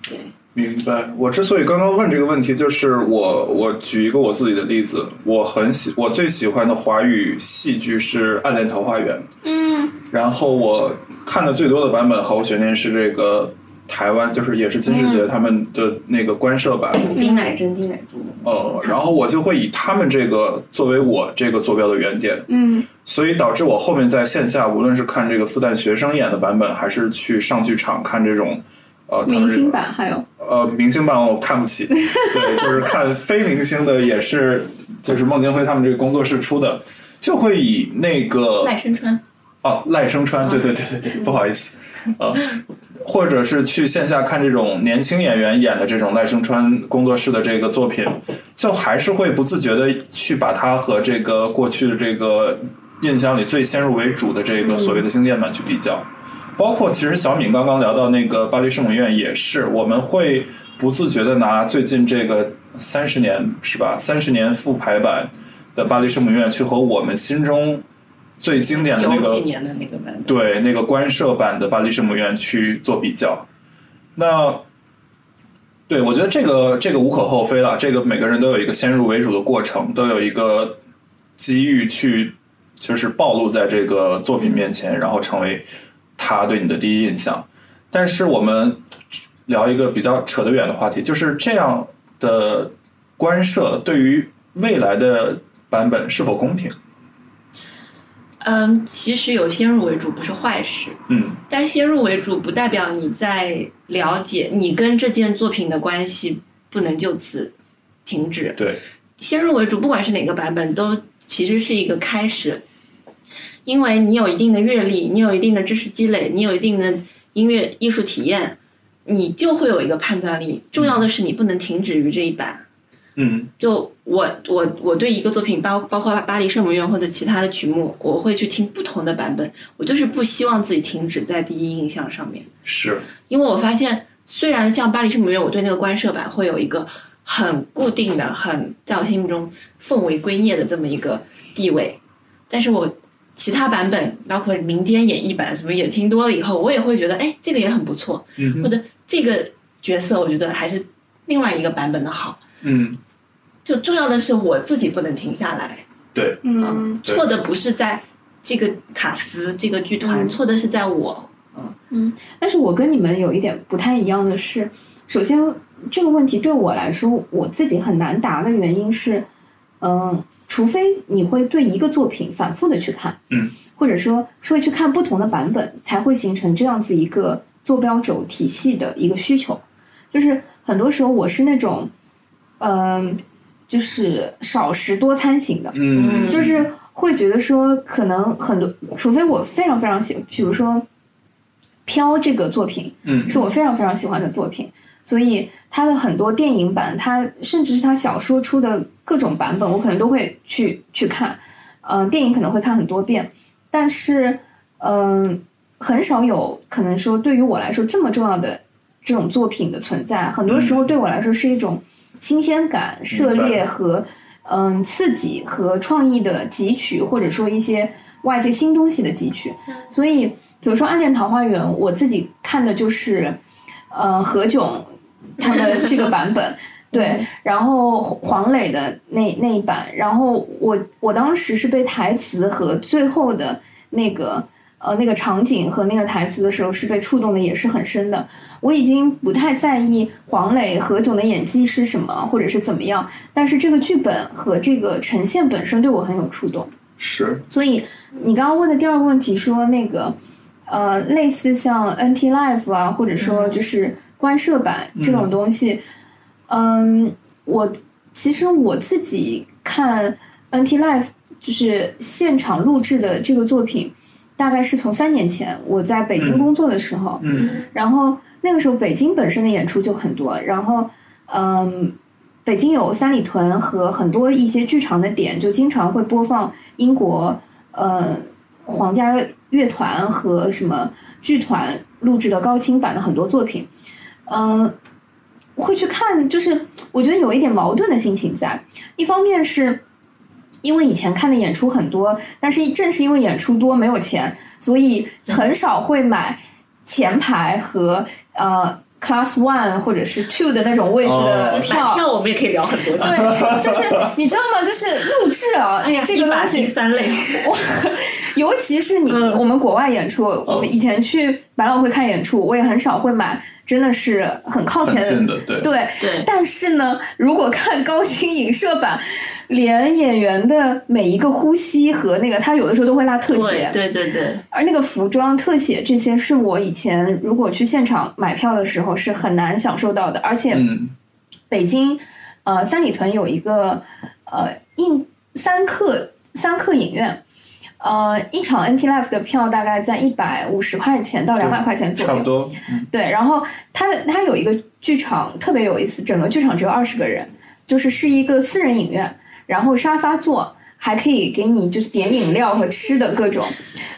[SPEAKER 3] 对，
[SPEAKER 2] 明白。我之所以刚刚问这个问题，就是我我举一个我自己的例子，我很喜我最喜欢的华语戏剧是《暗恋桃花源》。
[SPEAKER 6] 嗯
[SPEAKER 2] 然后我看的最多的版本《毫无悬念》是这个台湾，就是也是金世杰他们的那个官摄
[SPEAKER 6] 嗯
[SPEAKER 2] 版。
[SPEAKER 3] 丁乃真、丁乃猪。
[SPEAKER 2] 呃，然后我就会以他们这个作为我这个坐标的原点，
[SPEAKER 6] 嗯
[SPEAKER 2] 所以导致我后面在线下，无论是看这个复旦学生演的版本，还是去上剧场看这种。呃，他们
[SPEAKER 6] 明
[SPEAKER 2] 这
[SPEAKER 6] 星
[SPEAKER 2] 种
[SPEAKER 6] 版还有，
[SPEAKER 2] 呃，明星版我看不起，对，就是看非明星的，也是就是孟京辉他们这个工作室出的，就会以那个
[SPEAKER 3] 赖声川，
[SPEAKER 2] 哦，赖声
[SPEAKER 3] 嗯
[SPEAKER 2] 川，对对对对对，不好意思，呃，或者是去线下看这种年轻演员演的这种赖声川工作室的这个作品，就还是会不自觉的去把它和这个过去的这个印象里最先入为主的
[SPEAKER 3] 嗯
[SPEAKER 2] 这个所谓的经典版去比较。包括其实小敏刚刚聊到那个巴黎圣母院也是，我们会不自觉的拿最近这个三十年是吧，三十年复排版的巴黎圣母院去和我们心中最经典的
[SPEAKER 3] 九
[SPEAKER 2] 那个
[SPEAKER 3] 几年的那个版本。
[SPEAKER 2] 对那个官摄版的巴黎圣母院去做比较。那对我觉得这个这个无可厚非了，这个每个人都有一个先入为主的过程，都有一个机遇去就是暴露在这个作品面前，然后成为他对你的第一印象。但是我们聊一个比较扯得远的话题，就是这样的官摄对于未来的版本是否公平？
[SPEAKER 3] 嗯，其实有先入为主不是坏事，
[SPEAKER 2] 嗯
[SPEAKER 3] 但先入为主不代表你在了解你跟这件作品的关系不能就此停止。
[SPEAKER 2] 对，
[SPEAKER 3] 先入为主，不管是哪个版本，都其实是一个开始，因为你有一定的阅历，你有一定的知识积累，你有一定的音乐艺术体验，你就会有一个判断力。重要的是，你不能停止于这一版。
[SPEAKER 2] 嗯
[SPEAKER 3] 就我我我对一个作品，包包括巴黎圣母院或者其他的曲目，我会去听不同的版本。我就是不希望自己停止在第一印象上面，
[SPEAKER 2] 是，
[SPEAKER 3] 因为我发现，虽然像巴黎圣母院，我对那个官设版会有一个很固定的、很在我心目中奉为圭臬的这么一个地位，但是我其他版本，包括民间演绎版什么也听多了以后，我也会觉得，哎，这个也很不错，
[SPEAKER 2] 嗯
[SPEAKER 3] 或
[SPEAKER 2] 哼
[SPEAKER 3] 者这个角色我觉得还是另外一个版本的好。
[SPEAKER 2] 嗯，
[SPEAKER 3] 就重要的是我自己不能停下来，
[SPEAKER 2] 对，
[SPEAKER 1] 嗯
[SPEAKER 2] 对
[SPEAKER 3] 错的不是在这个卡斯这个剧团，
[SPEAKER 1] 嗯
[SPEAKER 3] 错的是在我。
[SPEAKER 1] 但是我跟你们有一点不太一样的是，首先这个问题对我来说，我自己很难答的原因是，嗯、除非你会对一个作品反复的去看，
[SPEAKER 2] 嗯，
[SPEAKER 1] 或者说会去看不同的版本，才会形成这样子一个坐标轴体系的一个需求。就是很多时候我是那种，嗯、就是少食多餐型的，
[SPEAKER 2] 嗯
[SPEAKER 1] 就是会觉得说，可能很多，除非我非常非常喜，比如说《飘》这个作品
[SPEAKER 2] 嗯
[SPEAKER 1] 是我非常非常喜欢的作品，所以它的很多电影版，它甚至是它小说出的各种版本，我可能都会去去看。嗯、电影可能会看很多遍，但是嗯、很少有可能说对于我来说这么重要的这种作品的存在，很多时候对我来说是一种新鲜感、涉猎和嗯、刺激和创意的汲取，或者说一些外界新东西的汲取。所以，比如说《暗恋桃花源》，我自己看的就是呃何炅他的这个版本。 对，然后黄黄磊的那那一版，然后我我当时是被台词和最后的那个呃那个场景和那个台词的时候是被触动的，也是很深的。我已经不太在意黄磊、何炅的演技是什么，或者是怎么样，但是这个剧本和这个呈现本身对我很有触动。
[SPEAKER 2] 是，
[SPEAKER 1] 所以你刚刚问的第二个问题说那个，呃，类似像 NT Life 啊，或者说就是官设版这种东西，嗯，我其实我自己看 NT Life 就是现场录制的这个作品，大概是从三年前我在北京
[SPEAKER 2] 嗯
[SPEAKER 1] 工作的时候，
[SPEAKER 2] 嗯
[SPEAKER 1] 然后那个时候北京本身的演出就很多，然后嗯，北京有三里屯和很多一些剧场的点，就经常会播放英国呃皇家乐团和什么剧团录制的高清版的很多作品，嗯。会去看，就是我觉得有一点矛盾的心情在。一方面是因为以前看的演出很多，但是正是因为演出多没有钱，所以很少会买前排和呃 class one 或者是 two 的那种位置的
[SPEAKER 2] 哦
[SPEAKER 1] 票。
[SPEAKER 3] 买票我们也可以聊很多次。
[SPEAKER 1] 对，就是你知道吗？就是录制啊，
[SPEAKER 3] 哎呀，
[SPEAKER 1] 这个
[SPEAKER 3] 一把
[SPEAKER 1] 东
[SPEAKER 3] 辛
[SPEAKER 1] 西，
[SPEAKER 3] 三类，
[SPEAKER 1] 我 尤其是你、
[SPEAKER 3] 嗯
[SPEAKER 1] 我们国外演出，
[SPEAKER 2] 嗯
[SPEAKER 1] 我
[SPEAKER 2] 哦
[SPEAKER 1] 们以前去百老汇看演出，我也很少会买，真的是很靠前
[SPEAKER 2] 很近
[SPEAKER 1] 的。
[SPEAKER 2] 的，对，
[SPEAKER 1] 对，
[SPEAKER 3] 对，
[SPEAKER 1] 但是呢，如果看高清影射版，连演员的每一个呼吸和那个，他有的时候都会拉特写，
[SPEAKER 3] 对，对，对，对，
[SPEAKER 1] 而那个服装、特写这些，是我以前如果去现场买票的时候是很难享受到的。而且
[SPEAKER 2] 嗯
[SPEAKER 1] 北京，呃，三里屯有一个呃映三客三客影院，呃，一场 NT Life 的票大概在一百五十块钱到两百块钱左
[SPEAKER 2] 差不
[SPEAKER 1] 右。
[SPEAKER 2] 多，嗯
[SPEAKER 1] 对，然后它它有一个剧场特别有意思，整个剧场只有二十个人，就是是一个私人影院，然后沙发座。还可以给你就是点饮料和吃的各种，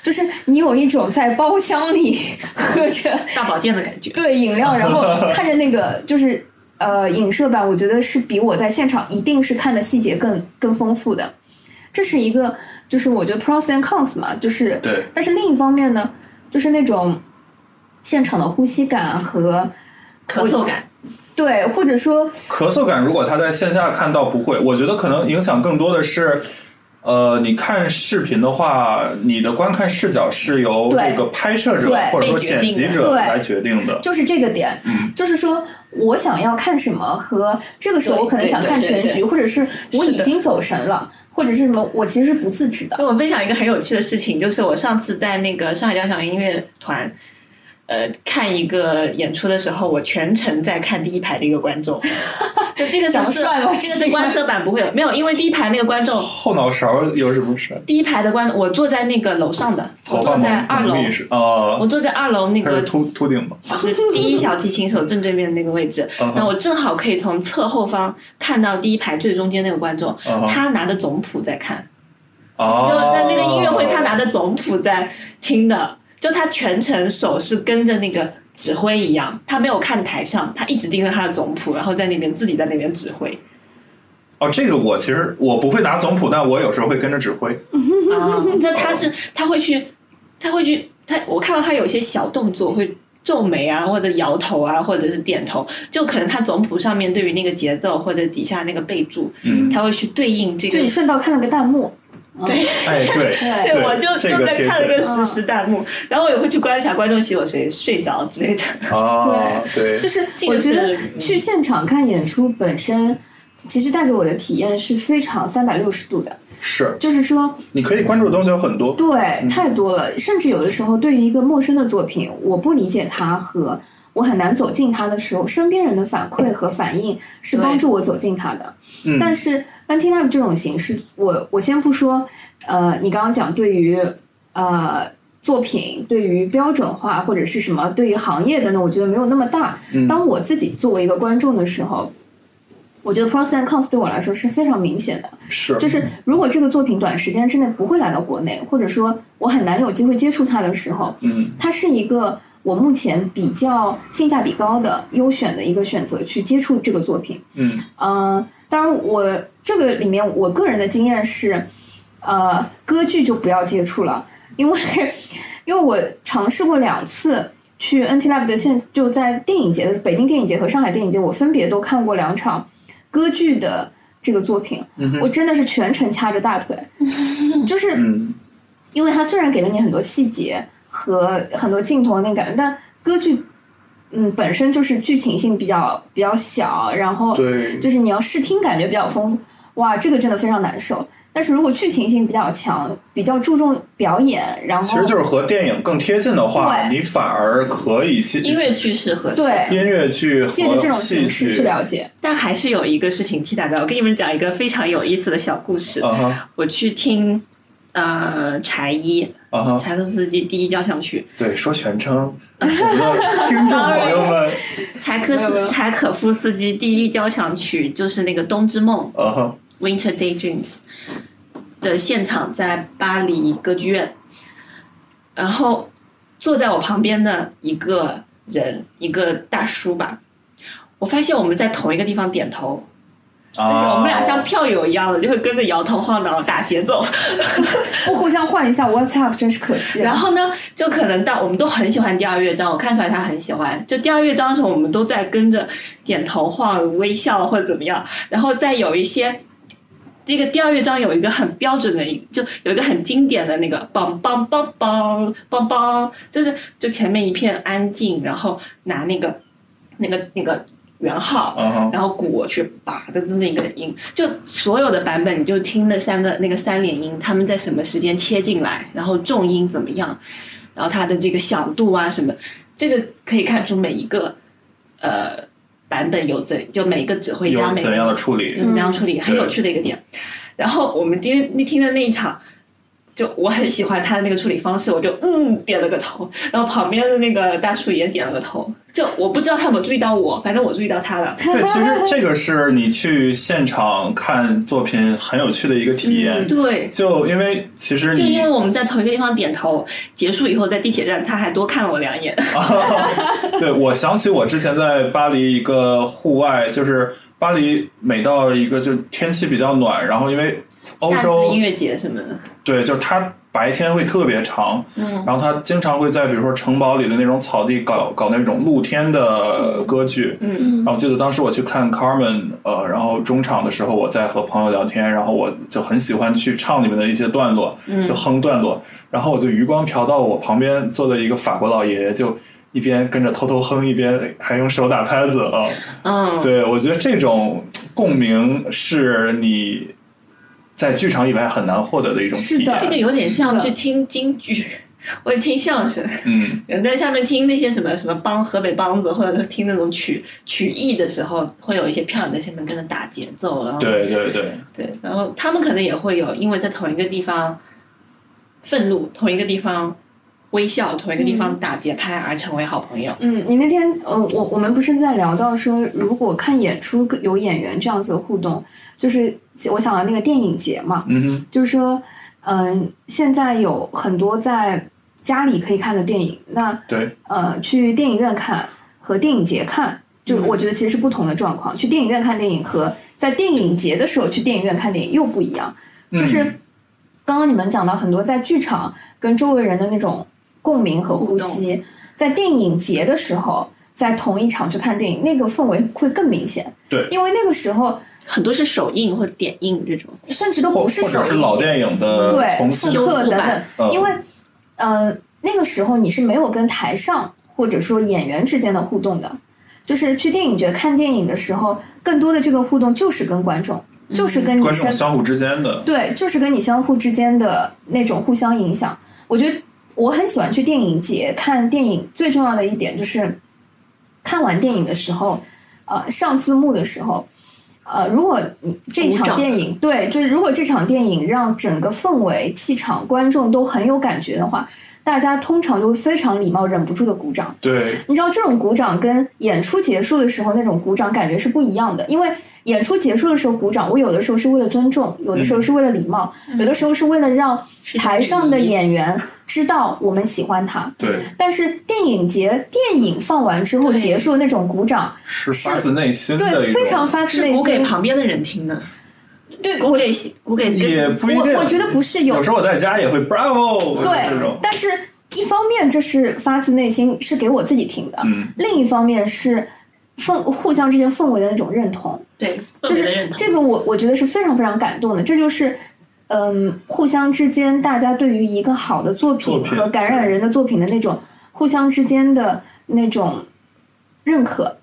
[SPEAKER 1] 就是你有一种在包厢里 喝着
[SPEAKER 3] 大保健的感觉。
[SPEAKER 1] 对饮料， 然后看着那个就是呃影射版，我觉得是比我在现场一定是看的细节更更丰富的。这是一个就是我觉得 pros and cons 嘛，就是
[SPEAKER 2] 对，
[SPEAKER 1] 但是另一方面呢，就是那种现场的呼吸感和
[SPEAKER 3] 咳嗽感，
[SPEAKER 1] 对，或者说
[SPEAKER 2] 咳嗽感，如果他在线下看到不会，我觉得可能影响更多的是，呃，你看视频的话，你的观看视角是由
[SPEAKER 1] 对
[SPEAKER 2] 这个拍摄者
[SPEAKER 1] 对
[SPEAKER 2] 或者说
[SPEAKER 3] 被决定
[SPEAKER 2] 剪
[SPEAKER 3] 的
[SPEAKER 2] 辑者
[SPEAKER 1] 对
[SPEAKER 2] 来决定的。
[SPEAKER 1] 就是这个点，
[SPEAKER 2] 嗯
[SPEAKER 1] 就是说我想要看什么和这个时候
[SPEAKER 3] 对
[SPEAKER 1] 我可能
[SPEAKER 3] 对
[SPEAKER 1] 想
[SPEAKER 3] 对
[SPEAKER 1] 看
[SPEAKER 3] 对
[SPEAKER 1] 全
[SPEAKER 3] 对
[SPEAKER 1] 局，或者是我
[SPEAKER 3] 是
[SPEAKER 1] 已
[SPEAKER 3] 的
[SPEAKER 1] 经走神了，或者是什么，我其实是不自
[SPEAKER 3] 哎
[SPEAKER 1] 知的。
[SPEAKER 3] 跟我分享一个很有趣的事情，就是我上次在那个上海交响音乐团，呃，看一个演出的时候，我全程在看第一排的一个观众， 就这个是
[SPEAKER 1] 长帅了
[SPEAKER 3] 这个是观测版不会有，没有，因为第一排那个观众，
[SPEAKER 2] 后脑勺有什么事？
[SPEAKER 3] 第一排的观，我坐在那个楼上的，我
[SPEAKER 2] 头发
[SPEAKER 3] 坐在
[SPEAKER 2] 蒙
[SPEAKER 3] 二楼
[SPEAKER 2] 蒙，密是哦
[SPEAKER 3] 我，坐在二楼那
[SPEAKER 2] 它
[SPEAKER 3] 个
[SPEAKER 2] 是秃秃顶吗？
[SPEAKER 3] 就是第一小提琴手正对面的那个位置
[SPEAKER 2] 嗯哼，
[SPEAKER 3] 那我正好可以从侧后方看到第一排最中间那个观众
[SPEAKER 2] 嗯哼，
[SPEAKER 3] 他拿着总谱在看，
[SPEAKER 2] 哦，
[SPEAKER 3] 就在那个音乐会，他拿着总谱在听的，就他全程手是跟着那个指挥一样，他没有看台上，他一直盯着他的总谱，然后在那边自己在那边指挥。
[SPEAKER 2] 哦，这个我其实我不会拿总谱，但我有时候会跟着指挥。
[SPEAKER 3] 啊，那他是他会去，他会去，他我看到他有一些小动作会皱眉啊，或者摇头啊，或者是点头，就可能他总谱上面对于那个节奏或者底下那个备注，
[SPEAKER 2] 嗯，
[SPEAKER 3] 他会去对应这
[SPEAKER 1] 就
[SPEAKER 3] 个
[SPEAKER 1] 你。顺道看了个弹幕，
[SPEAKER 2] 哎，对，
[SPEAKER 1] 对
[SPEAKER 3] 对，我就
[SPEAKER 2] 这
[SPEAKER 3] 就
[SPEAKER 2] 个
[SPEAKER 3] 在
[SPEAKER 2] 贴
[SPEAKER 3] 看了
[SPEAKER 2] 切
[SPEAKER 3] 个实嗯时弹幕，然后我也会去观察观众席有谁睡着之类的。
[SPEAKER 2] 哦，对
[SPEAKER 1] 就，是
[SPEAKER 3] 这个
[SPEAKER 1] 我觉得
[SPEAKER 3] 是嗯
[SPEAKER 1] 去现场看演出本身，其实带给我的体验是非常三百六十度的，
[SPEAKER 2] 是，
[SPEAKER 1] 就是说
[SPEAKER 2] 你可以关注的东西有很多。
[SPEAKER 1] 对，太多了。甚至有的时候，对于一个陌生的作品，我不理解它和我很难走近它的时候，身边人的反馈和反应是帮助我走近它的。
[SPEAKER 2] 嗯，
[SPEAKER 1] 但是 n t Live 这种形式，我我先不说，呃，你刚刚讲对于呃作品、对于标准化或者是什么对于行业的呢，我觉得没有那么大。
[SPEAKER 2] 嗯
[SPEAKER 1] 当我自己作为一个观众的时候，我觉得 pros and cons 对我来说是非常明显的。
[SPEAKER 2] 是，
[SPEAKER 1] 就是如果这个作品短时间之内不会来到国内，或者说我很难有机会接触它的时候，
[SPEAKER 2] 嗯，
[SPEAKER 1] 它是一个我目前比较性价比高的优选的一个选择去接触这个作品。
[SPEAKER 2] 嗯，
[SPEAKER 1] 嗯，当然我这个里面我个人的经验是，呃，歌剧就不要接触了，因为 因为我尝试过两次去 NT Live 的现，就在电影节、北京电影节和上海电影节，我分别都看过两场歌剧的这个作品，我真的是全程掐着大 腿，就是
[SPEAKER 2] 嗯，
[SPEAKER 1] 因为它虽然给了你很多细节和很多镜头的那个感觉，但歌剧，嗯，本身就是剧情性比较比较小，然后
[SPEAKER 2] 对
[SPEAKER 1] 哦就是你要视听感觉比较丰富，哇，这个真的非常难受。但是如果剧情性比较强，比较注重表演，然后
[SPEAKER 2] 其实就是和电影更贴近的话，
[SPEAKER 1] 对
[SPEAKER 2] 你反而可以接
[SPEAKER 3] 音乐剧适合，
[SPEAKER 1] 对，
[SPEAKER 2] 音乐剧和
[SPEAKER 1] 借着这种
[SPEAKER 2] 戏
[SPEAKER 1] 形式
[SPEAKER 2] 剧
[SPEAKER 1] 去了解，
[SPEAKER 3] 但还是有一个事情替代不了。我给你们讲一个非常有意思的小故事。
[SPEAKER 2] 啊哈
[SPEAKER 3] 我去听呃柴一
[SPEAKER 2] 啊哈，
[SPEAKER 3] 柴可夫斯基第一交响曲，
[SPEAKER 2] 对，说 全称，我们的听众朋友们，
[SPEAKER 3] 柴科
[SPEAKER 1] 没有没有
[SPEAKER 3] 斯柴可夫斯基第一交响曲就是那个《冬之梦
[SPEAKER 2] 啊哈，》
[SPEAKER 3] （Winter Daydreams） 的现场，在巴黎歌剧院。然后坐在我旁边的一个人，一个大叔吧，我发现我们在同一个地方点头，
[SPEAKER 2] 啊
[SPEAKER 3] 就是我们俩
[SPEAKER 1] 哦
[SPEAKER 3] 像票友一样的，就会跟着摇头晃脑打节奏。
[SPEAKER 1] 不互相换一下 WhatsApp 真是啊可惜了。
[SPEAKER 3] 然后呢，就可能到我们都很喜欢第二乐章，我看出来他很喜欢。就第二乐章的时候，我们都在跟着点头晃、微笑或者怎么样，然后再有一些。那个第二乐章有一个很标准的一，就有一个很经典的那个梆梆梆梆梆梆，就是就前面一片安静，然后拿那个那个那个圆号，
[SPEAKER 2] 啊哈，
[SPEAKER 3] 然后鼓去拔的这么一个音，就所有的版本你就听那三个那个三连音，他们在什么时间切进来，然后重音怎么样，然后它的这个响度啊什么，这个可以看出每一个呃版本有怎就每一个指挥家
[SPEAKER 2] 有
[SPEAKER 3] 每个
[SPEAKER 2] 怎样的嗯处理
[SPEAKER 3] 有？怎么样处理，很有趣的一个点。然后我们今天那听的那一场，就我很喜欢他的那个处理方式，我就嗯点了个头，然后旁边的那个大叔也点了个头，就我不知道他有没有注意到我，反正我注意到他了。
[SPEAKER 2] 对，其实这个是你去现场看作品很有趣的一个体验。
[SPEAKER 3] 对，
[SPEAKER 2] 就因为其实
[SPEAKER 3] 就
[SPEAKER 2] 你
[SPEAKER 3] 因为我们在同一个地方点头，结束以后在地铁站他还多看了我两眼。
[SPEAKER 2] 对，我想起我之前在巴黎一个户外，就是巴黎每到一个就天气比较暖，然后因为欧
[SPEAKER 3] 夏季
[SPEAKER 2] 洲
[SPEAKER 3] 音乐节什么的，
[SPEAKER 2] 对，就是它白天会特别长，嗯，然后它经常会在比如说城堡里的那种草地搞搞那种露天的歌剧，
[SPEAKER 3] 嗯，
[SPEAKER 2] 然后我记得当时我去看 Carmen，呃，然后中场的时候我在和朋友聊天，然后我就很喜欢去唱里面的一些段落，
[SPEAKER 3] 嗯
[SPEAKER 2] 就哼段落，然后我就余光瞟到我旁边坐的一个法国老爷爷就。一边跟着偷偷哼，一边还用手打拍子啊！
[SPEAKER 3] 嗯，
[SPEAKER 2] 对，我觉得这种共鸣是你在剧场以外很难获得的一种体
[SPEAKER 1] 是的
[SPEAKER 2] 验。
[SPEAKER 3] 这个有点像
[SPEAKER 1] 是的
[SPEAKER 3] 去听京剧，我也听相声，
[SPEAKER 2] 嗯，
[SPEAKER 3] 人在下面听那些什么什么梆河北梆子，或者是听那种曲曲艺的时候，会有一些票友在下面跟着打节奏，然后
[SPEAKER 1] 嗯
[SPEAKER 2] 对对对，
[SPEAKER 3] 对，然后他们可能也会有，因为在同一个地方愤怒，同一个地方微笑，同一个地
[SPEAKER 2] 嗯
[SPEAKER 3] 方打节拍而成为好朋友。
[SPEAKER 1] 嗯，你那天呃，我我们不是在聊到说，如果看演出有演员这样子的互动，就是我想到那个电影节嘛，
[SPEAKER 2] 嗯哼，
[SPEAKER 1] 就是说，嗯、现在有很多在家里可以看的电影，那
[SPEAKER 2] 对，
[SPEAKER 1] 呃，去电影院看和电影节看，就
[SPEAKER 3] 嗯
[SPEAKER 1] 我觉得其实是不同的状况。去电影院看电影和在电影节的时候去电影院看电影又不一样。就是
[SPEAKER 2] 嗯
[SPEAKER 1] 刚刚你们讲到很多在剧场跟周围人的那种共鸣和呼吸，在电影节的时候，在同一场去看电影，那个氛围会更明显。
[SPEAKER 2] 对
[SPEAKER 1] 因为那个时候
[SPEAKER 3] 很多是首映或点映这种，
[SPEAKER 1] 甚至都
[SPEAKER 2] 或
[SPEAKER 1] 不
[SPEAKER 2] 或
[SPEAKER 1] 是首
[SPEAKER 2] 者是
[SPEAKER 1] 映
[SPEAKER 2] 老电影的
[SPEAKER 1] 对
[SPEAKER 2] 重
[SPEAKER 1] 复
[SPEAKER 2] 新
[SPEAKER 3] 修复
[SPEAKER 1] 刻等等
[SPEAKER 3] 版，
[SPEAKER 2] 嗯
[SPEAKER 1] 因为呃那个时候你是没有跟台上或者说演员之间的互动的，就是去电影节看电影的时候，更多的这个互动就是跟观众，就是跟你
[SPEAKER 2] 嗯观
[SPEAKER 1] 身
[SPEAKER 2] 众相互之间的，
[SPEAKER 1] 对，就是跟你相互之间的那种互相影响。我觉得我很喜欢去电影节看电影，最重要的一点就是看完电影的时候，呃，上字幕的时候，呃，如果你这
[SPEAKER 3] 鼓
[SPEAKER 1] 场
[SPEAKER 3] 掌
[SPEAKER 1] 电影对，就是如果这场电影让整个氛围、气场、观众都很有感觉的话，大家通常就会非常礼貌，忍不住的鼓掌。
[SPEAKER 2] 对，
[SPEAKER 1] 你知道这种鼓掌跟演出结束的时候那种鼓掌感觉是不一样的，因为演出结束的时候鼓掌，我有的时候是为了尊重，有的时候是为了礼貌，有的时候是为了让
[SPEAKER 3] 嗯是
[SPEAKER 1] 台上的演员知道我们喜欢他。
[SPEAKER 2] 对，
[SPEAKER 1] 但是电影节电影放完之后
[SPEAKER 3] 对
[SPEAKER 1] 结束的那种鼓掌，
[SPEAKER 2] 是发自内心的
[SPEAKER 1] 对，
[SPEAKER 2] 一
[SPEAKER 1] 非常
[SPEAKER 2] 种，
[SPEAKER 1] 发自
[SPEAKER 3] 是
[SPEAKER 1] 内
[SPEAKER 3] 鼓给
[SPEAKER 1] 心。
[SPEAKER 3] 旁边的人听的，
[SPEAKER 1] 对，
[SPEAKER 3] 鼓
[SPEAKER 1] 我
[SPEAKER 3] 给鼓给
[SPEAKER 2] 也
[SPEAKER 3] 跟
[SPEAKER 2] 不一定。
[SPEAKER 1] 我我觉得不是有
[SPEAKER 2] 有时候我在家也会 bravo 这
[SPEAKER 1] 对
[SPEAKER 2] 种，，
[SPEAKER 1] 但是一方面这是发自内心，是给我自己听的；
[SPEAKER 2] 嗯
[SPEAKER 1] 另一方面是氛互相之间氛围的那种认同。
[SPEAKER 3] 对
[SPEAKER 1] 就
[SPEAKER 3] 氛围的
[SPEAKER 1] 是
[SPEAKER 3] 认同。
[SPEAKER 1] 这个我我觉得是非常非常感动的，这就是。嗯，互相之间，大家对于一个好的作
[SPEAKER 2] 作
[SPEAKER 1] 品
[SPEAKER 2] 品
[SPEAKER 1] 和感染人的作品的那种互相之间的那种认可，